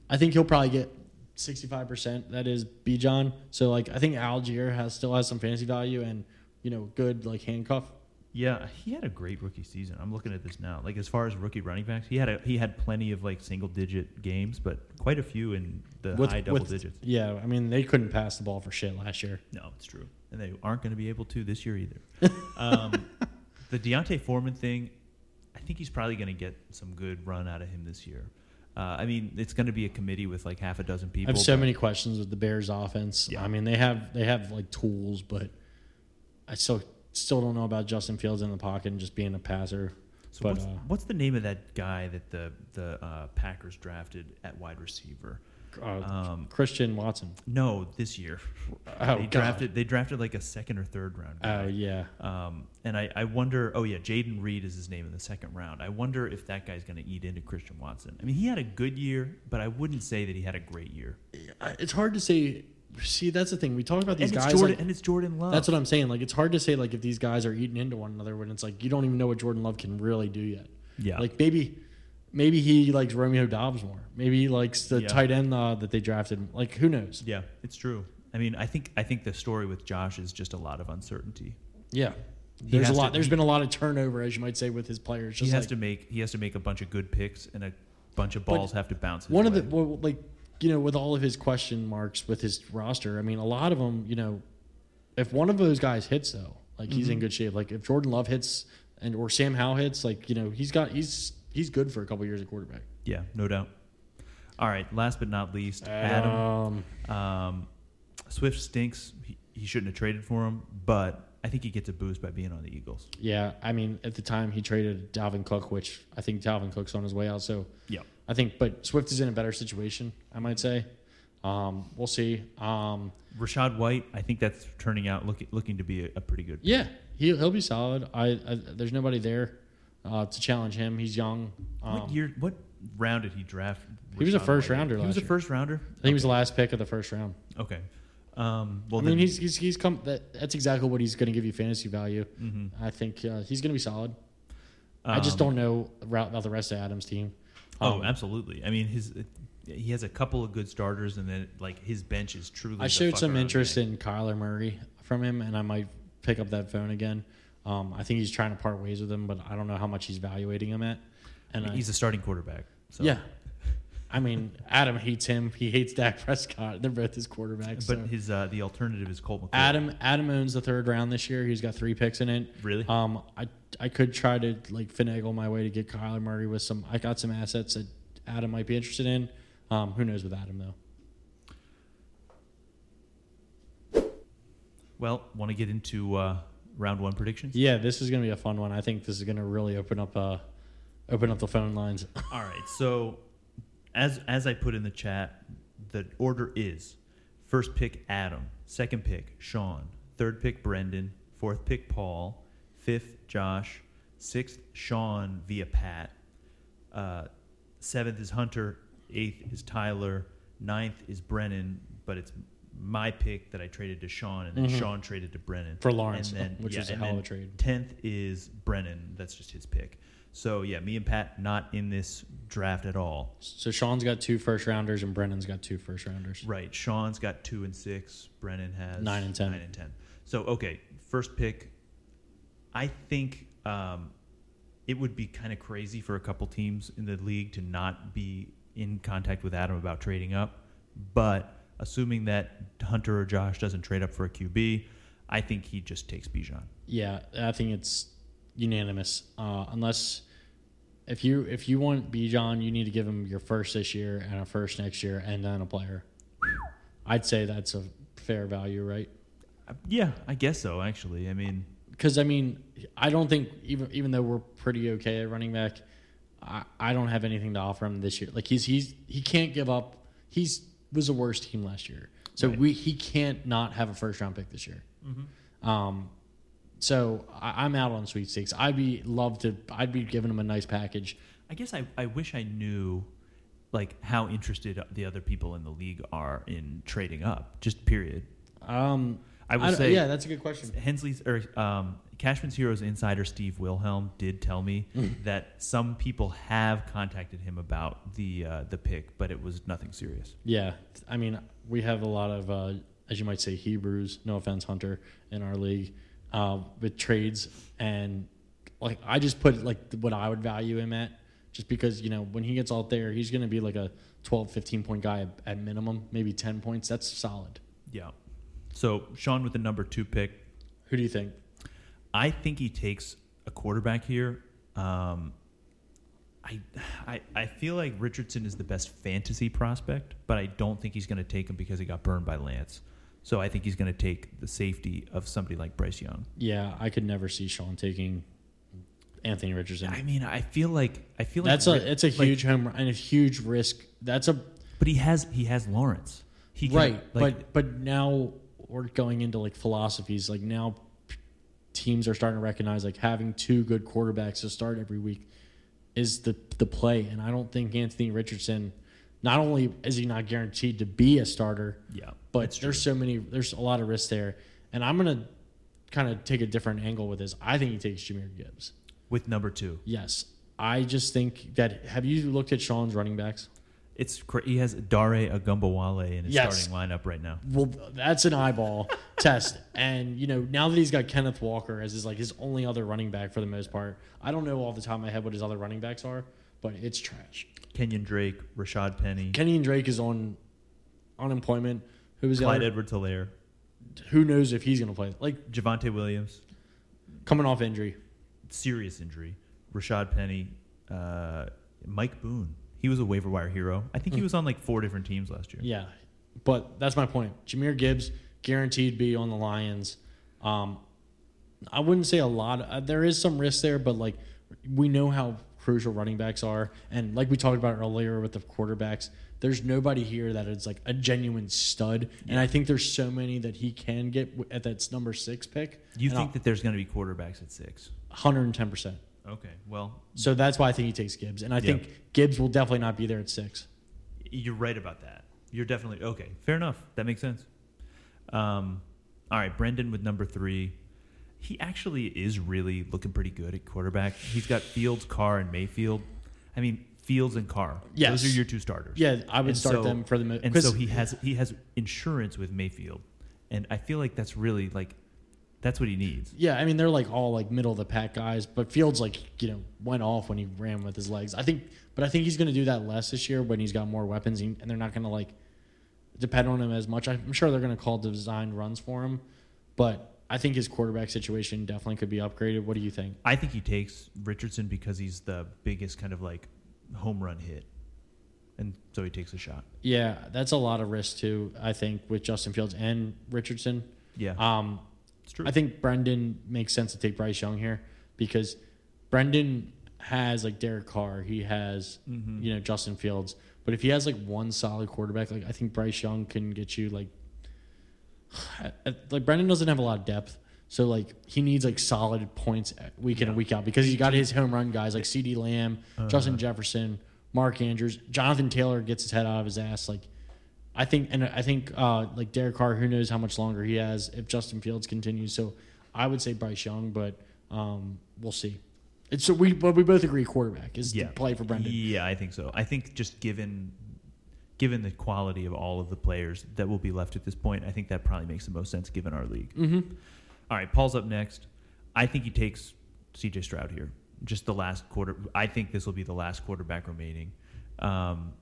I think he'll probably get sixty five percent. That is Bijan. So like, I think Algier has still has some fantasy value, and you know, good like handcuff.
Yeah, he had a great rookie season. I'm looking at this now. Like as far as rookie running backs, he had a, he had plenty of like single digit games, but quite a few in the high double digits.
Yeah, I mean they couldn't pass the ball for shit last year.
No, it's true, and they aren't going to be able to this year either. <laughs> um, the Deontay Foreman thing, I think he's probably going to get some good run out of him this year. Uh, I mean, it's going to be a committee with like half a dozen people.
I have so
but
many questions with the Bears offense.
Yeah.
I mean, they have they have like tools, but I still still don't know about Justin Fields in the pocket and just being a passer.
So
but
what's,
uh,
what's the name of that guy that the the uh, Packers drafted at wide receiver?
uh,
um,
Christian Watson.
No, this year they
Oh, God.
drafted they drafted like a second or third round.
Oh
guy.
yeah,
Um, and I, I wonder. Oh yeah, Jaden Reed is his name in the second round. I wonder if that guy's going to eat into Christian Watson. I mean, he had a good year, but I wouldn't say that he had a great year.
I- it's hard to say. See, that's the thing we talk about these
and
guys.
it's Jordan.
like-
and uh, it's Jordan Love.
that's what I'm saying. Like it's hard to say like if these guys are eating into one another when it's like you don't even know what Jordan Love can really do yet.
Yeah.
Like maybe Maybe he likes Romeo Dobbs more. Maybe he likes the
Yeah.
tight end uh, that they drafted. Like who knows?
Yeah, it's true. I mean, I think I think the story with Josh is just a lot of uncertainty.
Yeah. There's a
has
lot.
to-
There's
he-
been a lot of turnover, as you might say, with his players.
he
Just
has
like,
to make he has to make a bunch of good picks and a bunch of balls have to bounce. His
one of
way.
the well, like you know with all of his question marks with his roster i mean a lot of them you know if one of those guys hits though like he's
Mm-hmm.
in good shape like if jordan love hits and or sam howe hits like you know he's got he's he's good for a couple years at quarterback
yeah, no doubt. All right, last but not least, Adam
um
um, Swift stinks. He, he shouldn't have traded for him, but I think he gets a boost by being on the Eagles.
yeah i mean at the time he traded dalvin cook which i think dalvin cook's on his way out so
Yeah,
i think but swift is in a better situation i might say um we'll see um
Rashad White. I think that's turning out look, looking to be a, a pretty good.
yeah he, he'll be solid I, I there's nobody there uh, to challenge him he's young um,
What year? What round did he draft?
He was a
Rashad
first
White in?
rounder
He was
last
a
year.
first rounder.
I think he was the last pick of the first round.
Okay. Um, well,
I mean,
then-
he's he's, he's come. That, that's exactly what he's going to give you fantasy value.
Mm-hmm.
I think uh, he's going to be solid. I just don't know ra- about the rest of Adams' team.
Um,
Um,
Oh, absolutely. I mean, his he has a couple of good starters, and then like his bench is truly.
I showed some interest in Kyler Murray from him, and I might pick up that phone again. Um, I think he's trying to part ways with him, but I don't know how much he's valuating him at. And I,
He's a starting quarterback. So.
uh, yeah, I mean, Adam hates him. He hates Dak Prescott. They're both his quarterbacks.
But
so.
his uh, the alternative is Colt McCoy.
Adam Adam owns the third round this year. He's got three picks in it.
Really?
Um, I I could try to like finagle my way to get Kyler Murray with some. I got some assets that Adam might be interested in. Um, who knows with Adam though?
Well, want to get into uh, round one predictions?
Yeah, this is gonna be a fun one. I think this is gonna really open up uh, open up the phone lines.
All right. So, as as I put in the chat, the order is: first pick Adam, second pick Sean, third pick Brendan, fourth pick Paul, fifth Josh, sixth Sean via Pat, uh, seventh is Hunter, eighth is Tyler, ninth is Brennan, but it's my pick that I traded to Sean, and then Sean traded to Brennan
Mm-hmm. For Lawrence,
and then,
which
yeah,
is a
and
hell of
then
a trade.
Tenth is Brennan. That's just his pick. So yeah, me and Pat not in this draft at all.
so Sean's got two first rounders and Brennan's got two first rounders.
Right. Sean's got two and six. Brennan has
Nine and ten.
Nine and ten. So okay, first pick. I think um, it would be kind of crazy for a couple teams in the league to not be in contact with Adam about trading up. But assuming that Hunter or Josh doesn't trade up for a QB, I think he just takes Bijan.
Yeah, I think it's unanimous. Uh, unless if you if you want Bijan, you need to give him your first this year and a first next year, and then a player. I'd say that's a fair value, right?
Uh, Yeah, I guess so. Actually, I mean,
Because I mean, I don't think even even though we're pretty okay at running back, I, I don't have anything to offer him this year. Like he's he's he can't give up. He's was the worst team last year, so we he can't not have a first round pick this year.
Mm-hmm.
Um, so I, I'm out on sweepstakes. I'd be love to. I'd be giving him a nice package.
I guess I, I wish I knew like how interested the other people in the league are in trading up. Just period.
Um,
I would
I don't-
say
yeah, that's a good question.
Hensley's or um, Cashman's Heroes insider Steve Wilhelm did tell me that some people have contacted him about the uh, the pick, but it was nothing serious.
Yeah, I mean, we have a lot of, uh, as you might say, Hebrews. No offense, Hunter, in our league uh, with trades, and like I just put like what I would value him at, just because you know when he gets out there, he's going to be like a 12, 15 point guy at- at minimum, maybe ten points. That's solid.
Yeah. So Sean with the number two pick,
Who do you think?
I think he takes a quarterback here. Um, I, <sighs> I I feel like Richardson is the best fantasy prospect, but I don't think he's going to take him because he got burned by Lance. So I think he's going to take the safety of somebody like Bryce Young.
Yeah, I could never see Sean taking Anthony Richardson.
I mean, I feel like I feel
that's
like
a it's a
like-
huge home run and a huge risk. That's a
but he has he has Lawrence. He can-
right
like,
but but now we're going into like philosophies like now p- teams are starting to recognize like having two good quarterbacks to start every week is the the play and i don't think anthony richardson not only is he not guaranteed to be a starter
yeah,
but
that's true.
there's so many there's a lot of risks there and i'm gonna kind of take a different angle with this i think he takes jameer gibbs
with number two,
yes I just think that have you looked at Sean's running backs?
It's cra- he has Dare Agumbawale in his
Yes.
starting lineup right now.
Well, that's an eyeball <laughs> test. And you know, now that he's got Kenneth Walker as his like his only other running back for the most part, I don't know off the top of my head what his other running backs are, but it's trash.
Kenyon Drake, Rashad Penny,
Kenny and Drake is on unemployment. Who is the
Clyde
other-
edwards hilaire
who knows if he's going to play? Like
Javante Williams,
coming off injury.
serious injury. Rashad Penny, uh, Mike Boone. He was a waiver wire hero. I think he was on like four different teams last year.
Hmm. Yeah, but that's my point. Jameer Gibbs guaranteed be on the Lions. Um, I wouldn't say a lot. Uh, there is some risk there, but like we know how crucial running backs are, and like we talked about earlier with the quarterbacks, there's nobody here that is like a genuine stud. And I think there's so many that he can get w- at that number six pick.
You think that there's going to be quarterbacks at six?
110 percent.
Okay. Well,
So that's why I think he takes Gibbs, and I
Yeah.
think Gibbs will definitely not be there at six.
You're right about that. You're definitely okay. Fair enough. That makes sense. Um, all right, Brendan with number three. He actually is really looking pretty good at quarterback. He's got Fields, Carr, and Mayfield. I mean, Fields and Carr.
Yes.
those are your two starters.
Yeah, I would
And
start
so-
them for the mo-
And
'cause-
so he has he has insurance with Mayfield, and I feel like that's really like that's what he needs.
Yeah, I mean they're like all like middle of the pack guys, but Fields like you know went off when he ran with his legs. I think, but I think he's going to do that less this year when he's got more weapons, and and they're not going to like depend on him as much. I'm sure they're going to call designed runs for him, but I think his quarterback situation definitely could be upgraded. What do you think?
I think he takes Richardson because he's the biggest kind of like home run hit, and so he takes a shot.
Yeah, that's a lot of risk too. I think with Justin Fields and Richardson.
Yeah,
Um,
it's true.
I think Brendan makes sense to take Bryce Young here because Brendan has like Derek Carr, he has you know Justin Fields, but if he has like one solid quarterback, like I think Bryce Young can get you like uh, like Brendan doesn't have a lot of depth. So like he needs like solid points e, week in and week out because he got his home run guys like C.D. Lamb, Justin Jefferson, Mark Andrews, Jonathan Taylor gets his head out of his ass. Like I think, and I think uh, like Derek Carr, who knows how much longer he has if Justin Fields continues. So I would say Bryce Young, but um, we'll see. It's so we but we both agree quarterback is the play for Brendan.
Yeah, I think so. I think just given given the quality of all of the players that will be left at this point, I think that probably makes the most sense given our league. Mm-hmm. right, Paul's up next. I think he takes C.J. Stroud here. Just the last quarter. I think this will be the last quarterback remaining. Um,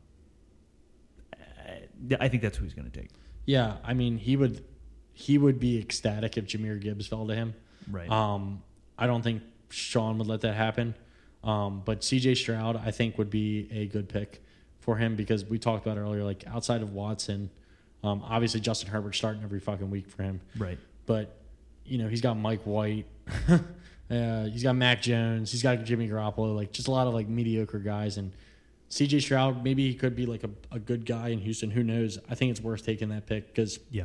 I- I think that's who he's going to take.
Yeah, I mean he would he would be ecstatic if Jameer Gibbs fell to him.
Right.
Um, I don't think Sean would let that happen. Um, but CJ Stroud, I think, would be a good pick for him because we talked about earlier, like outside of Watson, um, obviously Justin Herbert starting every fucking week for him.
right.
But, you know, he's got Mike White. <laughs> uh, he's got Mac Jones. He's got Jimmy Garoppolo. Like, just a lot of, like, mediocre guys. And CJ Stroud, maybe he could be, like, a, a good guy in Houston. Who knows? I think it's worth taking that pick because
Yeah.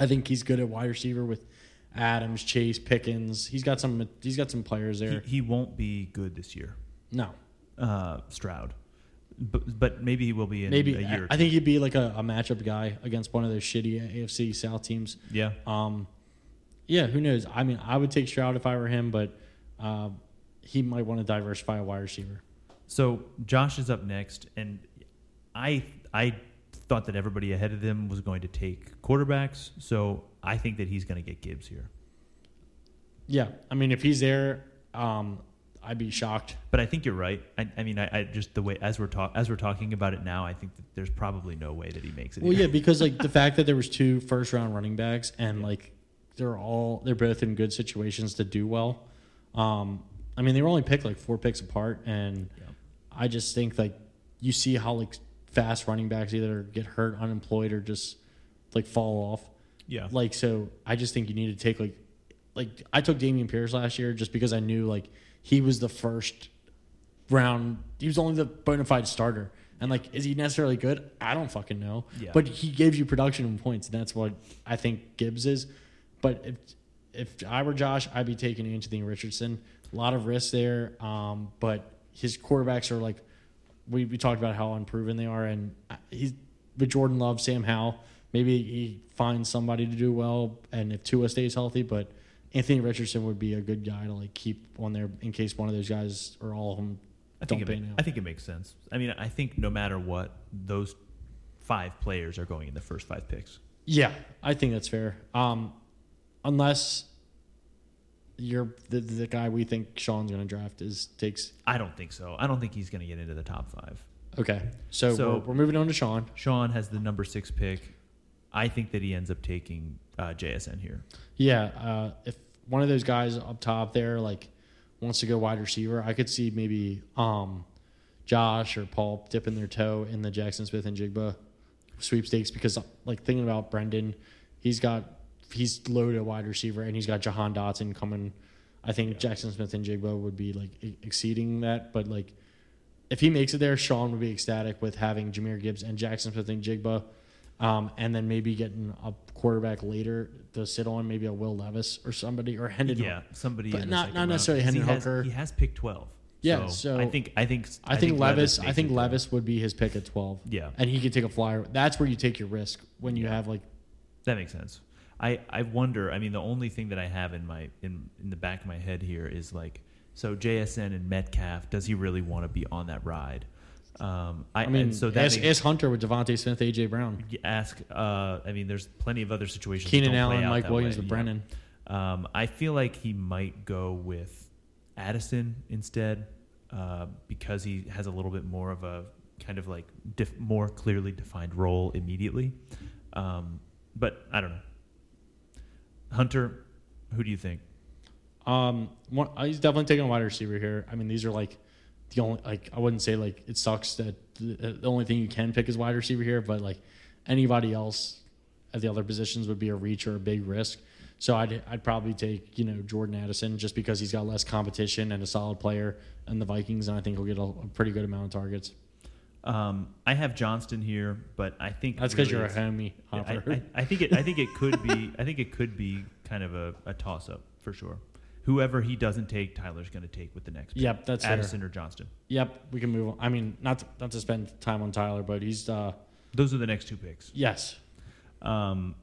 I think he's good at wide receiver with Adams, Chase, Pickens. He's got some. He's got some players
He,
there.
he won't be good this year,
no,
uh, Stroud. But, but maybe he will be in
maybe
a year. or
I,
two.
I think he'd be like a, a matchup guy against one of those shitty AFC South teams.
yeah.
Um, yeah, who knows? I mean, I would take Stroud if I were him, but uh, he might want to diversify a wide receiver.
So Josh is up next, and I I thought that everybody ahead of them was going to take quarterbacks. So I think that he's going to get Gibbs here,
Yeah, I mean, if he's there, um, I'd be shocked.
but I think you're right. I, I mean, I, I just the way as we're talk as we're talking about it now, I think that there's probably no way that he makes it.
Well,
here.
yeah, because
<laughs>
like the fact that there was two first round running backs and like they're all they're both in good situations to do well. Um, I mean, they were only picked like four picks apart, and I just think like you see how like fast running backs either get hurt, unemployed, or just like fall off.
Yeah.
Like so, I just think you need to take like like I took Damian Pierce last year just because I knew like he was the first round. He was only the bona fide starter. And like, is he necessarily good? I don't fucking know.
Yeah.
But he gives you production and points, and that's what I think Gibbs is. But if if I were Josh, I'd be taking Anthony Richardson. A lot of risk there. Um, but his quarterbacks are like we, we talked about how unproven they are, and I- he's with Jordan Love, Sam Howell. Maybe he finds somebody to do well, and if Tua stays healthy, but Anthony Richardson would be a good guy to like keep on there in case one of those guys or all of them
I think,
Don't
it,
pay now.
I think it makes sense. I mean, I think no matter what, those five players are going in the first five picks.
Yeah, I think that's fair. Um, unless you're the, the guy we think Sean's going to draft is takes.
I don't think so. I don't think he's going to get into the top five.
Okay, so,
So-
we're, we're moving on to Sean.
Sean has the number six pick. I think that he ends up taking uh, JSN here.
Yeah, uh, if one of those guys up top there like wants to go wide receiver, I could see maybe um, Josh or Paul dipping their toe in the Jackson Smith and Jigba sweepstakes because like thinking about Brendan, he's got he's loaded at wide receiver and he's got Jahan Dotson coming. I think Jackson Smith and Jigba would be like e- exceeding that, but like if he makes it there, Sean would be ecstatic with having Jameer Gibbs and Jackson Smith and Jigba, um, and then maybe getting a quarterback later to sit on, maybe a Will Levis or somebody or Hendon.
Yeah, somebody.
But
in the
not-
second
not
round.
necessarily
Because
Hendon
he has-
Hooker.
He has pick twelve.
Yeah, so-
I think I think
I, think, Levis. I
makes
think
it.
Levis would be his pick at twelve.
Yeah.
and he could take a flyer. That's where you take your risk when you have like
That makes sense. I, I wonder. I mean, the only thing that I have in my in in the back of my head here is like, so JSN and Metcalf. Does he really want to be on that ride? Um, I,
I mean,
and so
so
that
S,
makes-
S Hunter with Devontae Smith, AJ Brown,
you ask. Uh, I mean, there's plenty of other situations. that
Keenan
don't play
Allen,
out
Mike
that
Williams
way.
with
Yeah.
Brennan.
Um, I feel like he might go with Addison instead uh, because he has a little bit more of a kind of like def- more clearly defined role immediately. Um, but I don't know. Hunter, who do you think?
Um, one, uh, he's definitely taking a wide receiver here. I mean, these are like the only like I wouldn't say like it sucks that the, the only thing you can pick is wide receiver here, but like anybody else at the other positions would be a reach or a big risk. So I'd I'd probably take you know Jordan Addison just because he's got less competition and a solid player and the Vikings, and I think he'll get a, a pretty good amount of targets.
Um, I have Johnston here, but I think
That's because
really
you're a
it's-
homie.
<laughs> Yeah, I,
Hopper.
I, I think it. I think it could be. I think it could be kind of a, a toss up for sure. Whoever he doesn't take, Tyler's going to take with the next. pick.
Yep, that's fair.
Addison or Johnston.
<laughs> yep, we can move on. I mean, not to, not to spend time on Tyler, but he's uh
Those are the next two picks.
yes,
Um,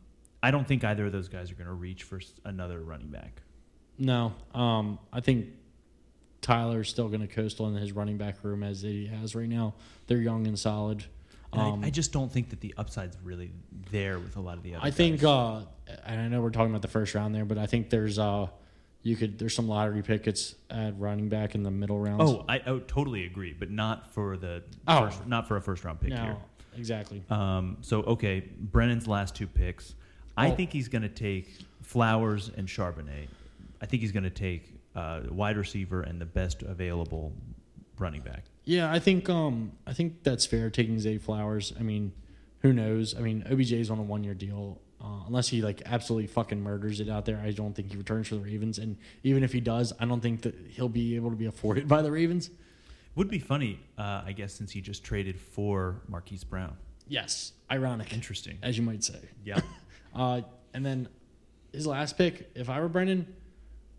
I don't think either of those guys are going to reach for s- another running back.
No, um, I think Tyler's still going to coast on his running back room as he has right now. They're young and solid.
And I-
Um,
I, just don't think that the upside's really there with a lot of the other.
I think,
guys.
uh, and I know we're talking about the first round there, but I think there's uh, you could there's some lottery pickets at running back in the middle rounds.
oh, I, I would totally agree, but not for the
um, Oh.
first, not for a first round pick
no,
here.
exactly.
Um, so okay, Brennan's last two picks. I
Well-
think he's going to take Flowers and Charbonnet. I think he's going to take uh, wide receiver and the best available running back.
Yeah, I think um I think that's fair taking Zay Flowers. I mean, who knows? I mean, OBJ's on a one year deal. Uh, unless he like absolutely fucking murders it out there, I don't think he returns for the Ravens. And even if he does, I don't think that he'll be able to be afforded <laughs> by the Ravens.
Would be funny, uh, I guess, since he just traded for Marquise Brown.
Yes, ironic,
Interesting.
as you might say.
Yeah.
Uh, and then his last pick, if I were Brendan,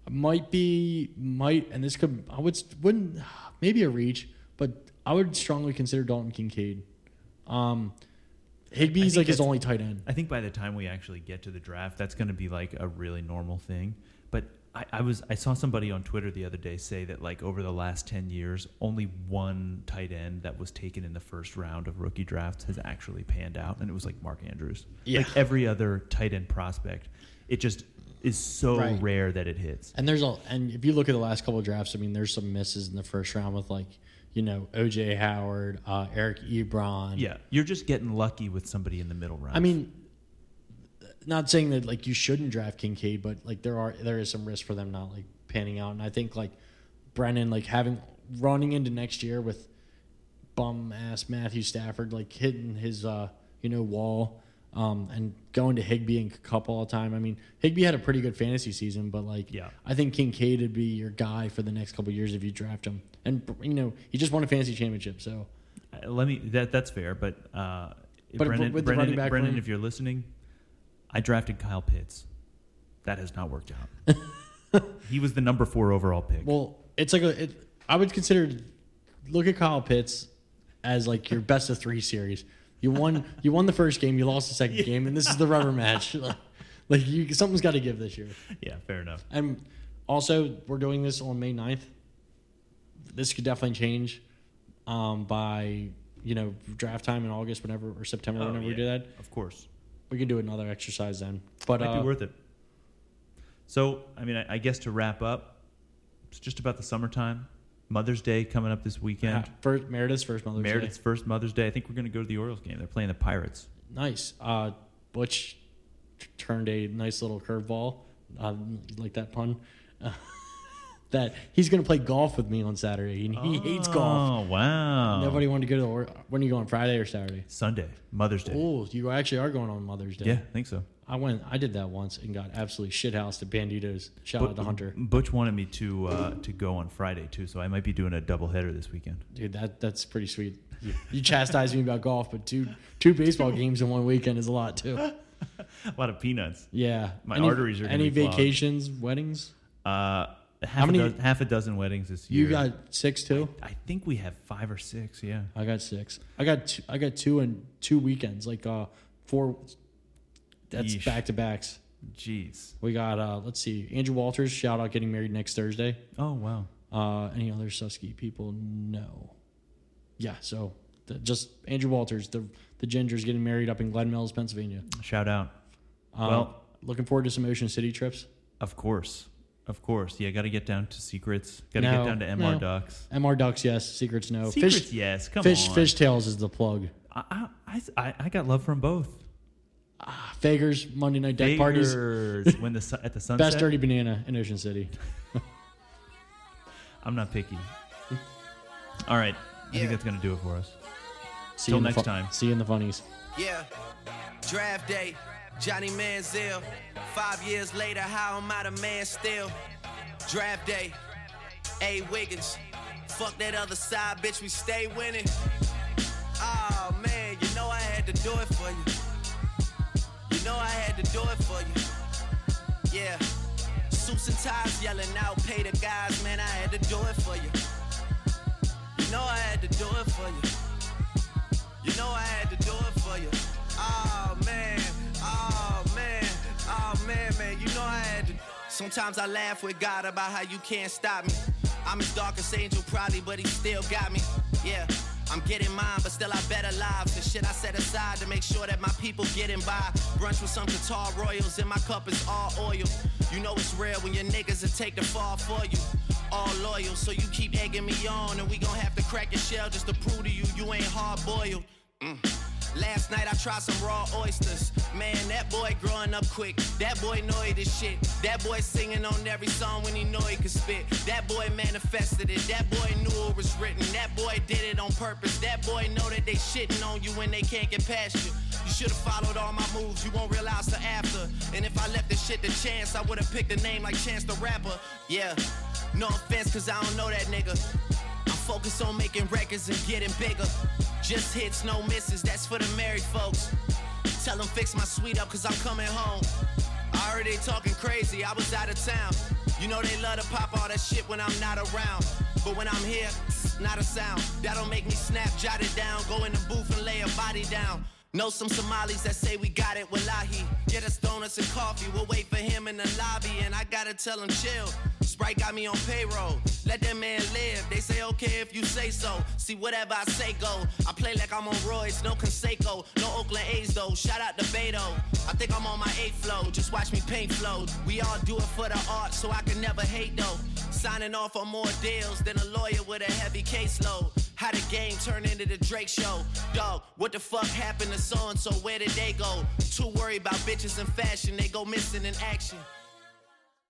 might be might, and this could I would wouldn't maybe a reach, but I would strongly consider Dalton Kincaid. Um,
I
Higby's
think
like his
that's-
only tight end.
I think by the time we actually get to the draft, that's going to be like a really normal thing. But I, I was I saw somebody on Twitter the other day say that like over the last ten years, only one tight end that was taken in the first round of rookie drafts has actually panned out, and it was like Mark Andrews.
Yeah.
Like every other tight end prospect, it just is so
Right.
rare that it hits.
And there's a and if you look at the last couple of drafts, I mean, there's some misses in the first round with like you know OJ Howard, uh, Eric Ebron.
Yeah, you're just getting lucky with somebody in the middle round.
I mean, not saying that like you shouldn't draft Kincaid, but like there are there is some risk for them not like panning out. And I think like Brennan like having running into next year with bum ass Matthew Stafford like hitting his uh you know wall um and going to Higby and Cup all the time. I mean Higby had a pretty good fantasy season, but like
Yeah.
I think Kincaid would be your guy for the next couple years if you draft him. And you know he just won a fantasy championship, so
Uh, Let me. That that's fair, but uh,
But
Brennan,
with the
Brennan,
running back
Brennan,
room-
if you're listening, I drafted Kyle Pitts. That has not worked out.
<laughs>
he was the number four overall pick.
Well, it's like a. It, I would consider look at Kyle Pitts as like your best of three series. You won. you won the first game. You lost the second game, and this is the rubber match. <laughs> like, you, something's got to give this year.
yeah, fair enough.
And also, we're doing this on May 9th. This could definitely change. um, by you know draft time in August, whenever or September,
Oh,
whenever we
yeah,
do that.
Of course.
We can do another exercise then. But
Might
uh,
be worth it. So, I mean, I, I guess to wrap up, it's just about the summertime. Mother's Day coming up this
yeah,
weekend.
first, Meredith's first Mother's Ah, Day.
Meredith's first Mother's Day. I think we're going to go to the Orioles game. They're playing the Pirates.
Nice. Uh, Butch t- turned a nice little curveball. Um, you like that pun? <laughs> Uh, that he's going to play golf with me on Saturday, and he hates golf.
Oh, wow.
Nobody wanted to go to the. Or- when are you going? Friday or Saturday?
Sunday, Mother's Day.
Oh, you actually are going on Mother's Day.
Yeah, I think so.
I went. I did that once and got absolutely shithoused at Banditos. Shout out to Hunter,
Butch wanted me to uh, to go on Friday too, so I might be doing a doubleheader this weekend.
dude. That that's pretty sweet. You, you chastised me about golf, but two two baseball games in one weekend is a
<laughs>
lot too.
<laughs> A lot of peanuts.
Yeah,
My
Any-
arteries are gonna
Any
be clogged.
vacations, weddings?
Uh, half,
many-
a do- half a dozen weddings this
You
year.
got six too.
I think we have five or six. Yeah.
I got six. I got two, I got two in two weekends, like uh four. That's
Yeesh.
back to backs.
Jeez.
We got uh let's see, Andrew Walters. Shout out getting married next Thursday.
Oh wow.
Uh, any other Susky people? No. Yeah. So the, just Andrew Walters, the the Ginger's getting married up in Glen Mills, Pennsylvania.
Shout out.
Um,
Well-
looking forward to some Ocean City trips.
Of course. Of course. Yeah. Got to get down to secrets. Got to
No,
get down to MR
no.
Ducks.
Mr. Ducks, yes. Secrets, no.
Secrets.
fish,
yes. Come
fish,
on.
fishtails is the plug.
I, I, I, I got love from both.
Fagers, Monday night deck parties,
Bakers, when the su- at the sunset.
best dirty banana in Ocean City.
I'm not picky. All right. I think that's gonna do it for us.
See
Till
you in the
next
fu-
time.
See you in the funnies.
Yeah. Draft day, Johnny Manziel. Five years later, how am I the man still? Draft day, A. Wiggins. Fuck that other side, bitch, we stay winning. Oh man, you know I had to do it for you. You know I had to do it for you. Yeah. Suits and ties yelling out, pay the guys, man, I had to do it for you. You know I had to do it for you. You know I had to do it for you. Oh man, oh man, oh man, man. You know I had to. Sometimes I laugh with God about how you can't stop me. I'm his darkest angel, probably, but he still got me. Yeah, I'm getting mine, but still I better lives. The shit I set aside to make sure that my people getting by. Brunch with some Qatar Royals, and my cup is all oil. You know it's rare when your niggas will take the fall for you all loyal. So you keep egging me on, and we gon' have to crack your shell just to prove to you you ain't hard boiled. Mm. Last night I tried some raw oysters. Man, that boy growing up quick. That boy know he the shit. That boy singing on every song when he know he could spit. That boy manifested it. That boy knew it was written. That boy did it on purpose. That boy know that they shitting on you when they can't get past you. You should've followed all my moves. You won't realize the after. And if I left this shit to chance, I would've picked a name like Chance the Rapper. Yeah. No offense, cause I don't know that nigga. I'm focused on making records and getting bigger. Just hits, no misses, that's for the married folks. Tell them fix my suite up, cause I'm coming home. I heard they talking crazy, I was out of town. You know they love to pop all that shit when I'm not around. But when I'm here, <sniffs> not a sound. That'll make me snap, jot it down, go in the booth and lay a body down. Know some Somalis that say we got it, wallahi. Get us donuts and coffee, we'll wait for him in the lobby, and I gotta tell him chill. Sprite got me on payroll. Let that man live. They say okay if you say so. See whatever I say go. I play like I'm on Royce, no Conseco, no Oakland A's though. Shout out to Beto. I think I'm on my eighth flow. Just watch me paint flow. We all do it for the art, so I can never hate though. Signing off on more deals than a lawyer with a heavy caseload. How the game turn into the Drake show? Dog, what the fuck happened to so and so? Where did they go? Too worried about bitches and fashion, they go missing in action.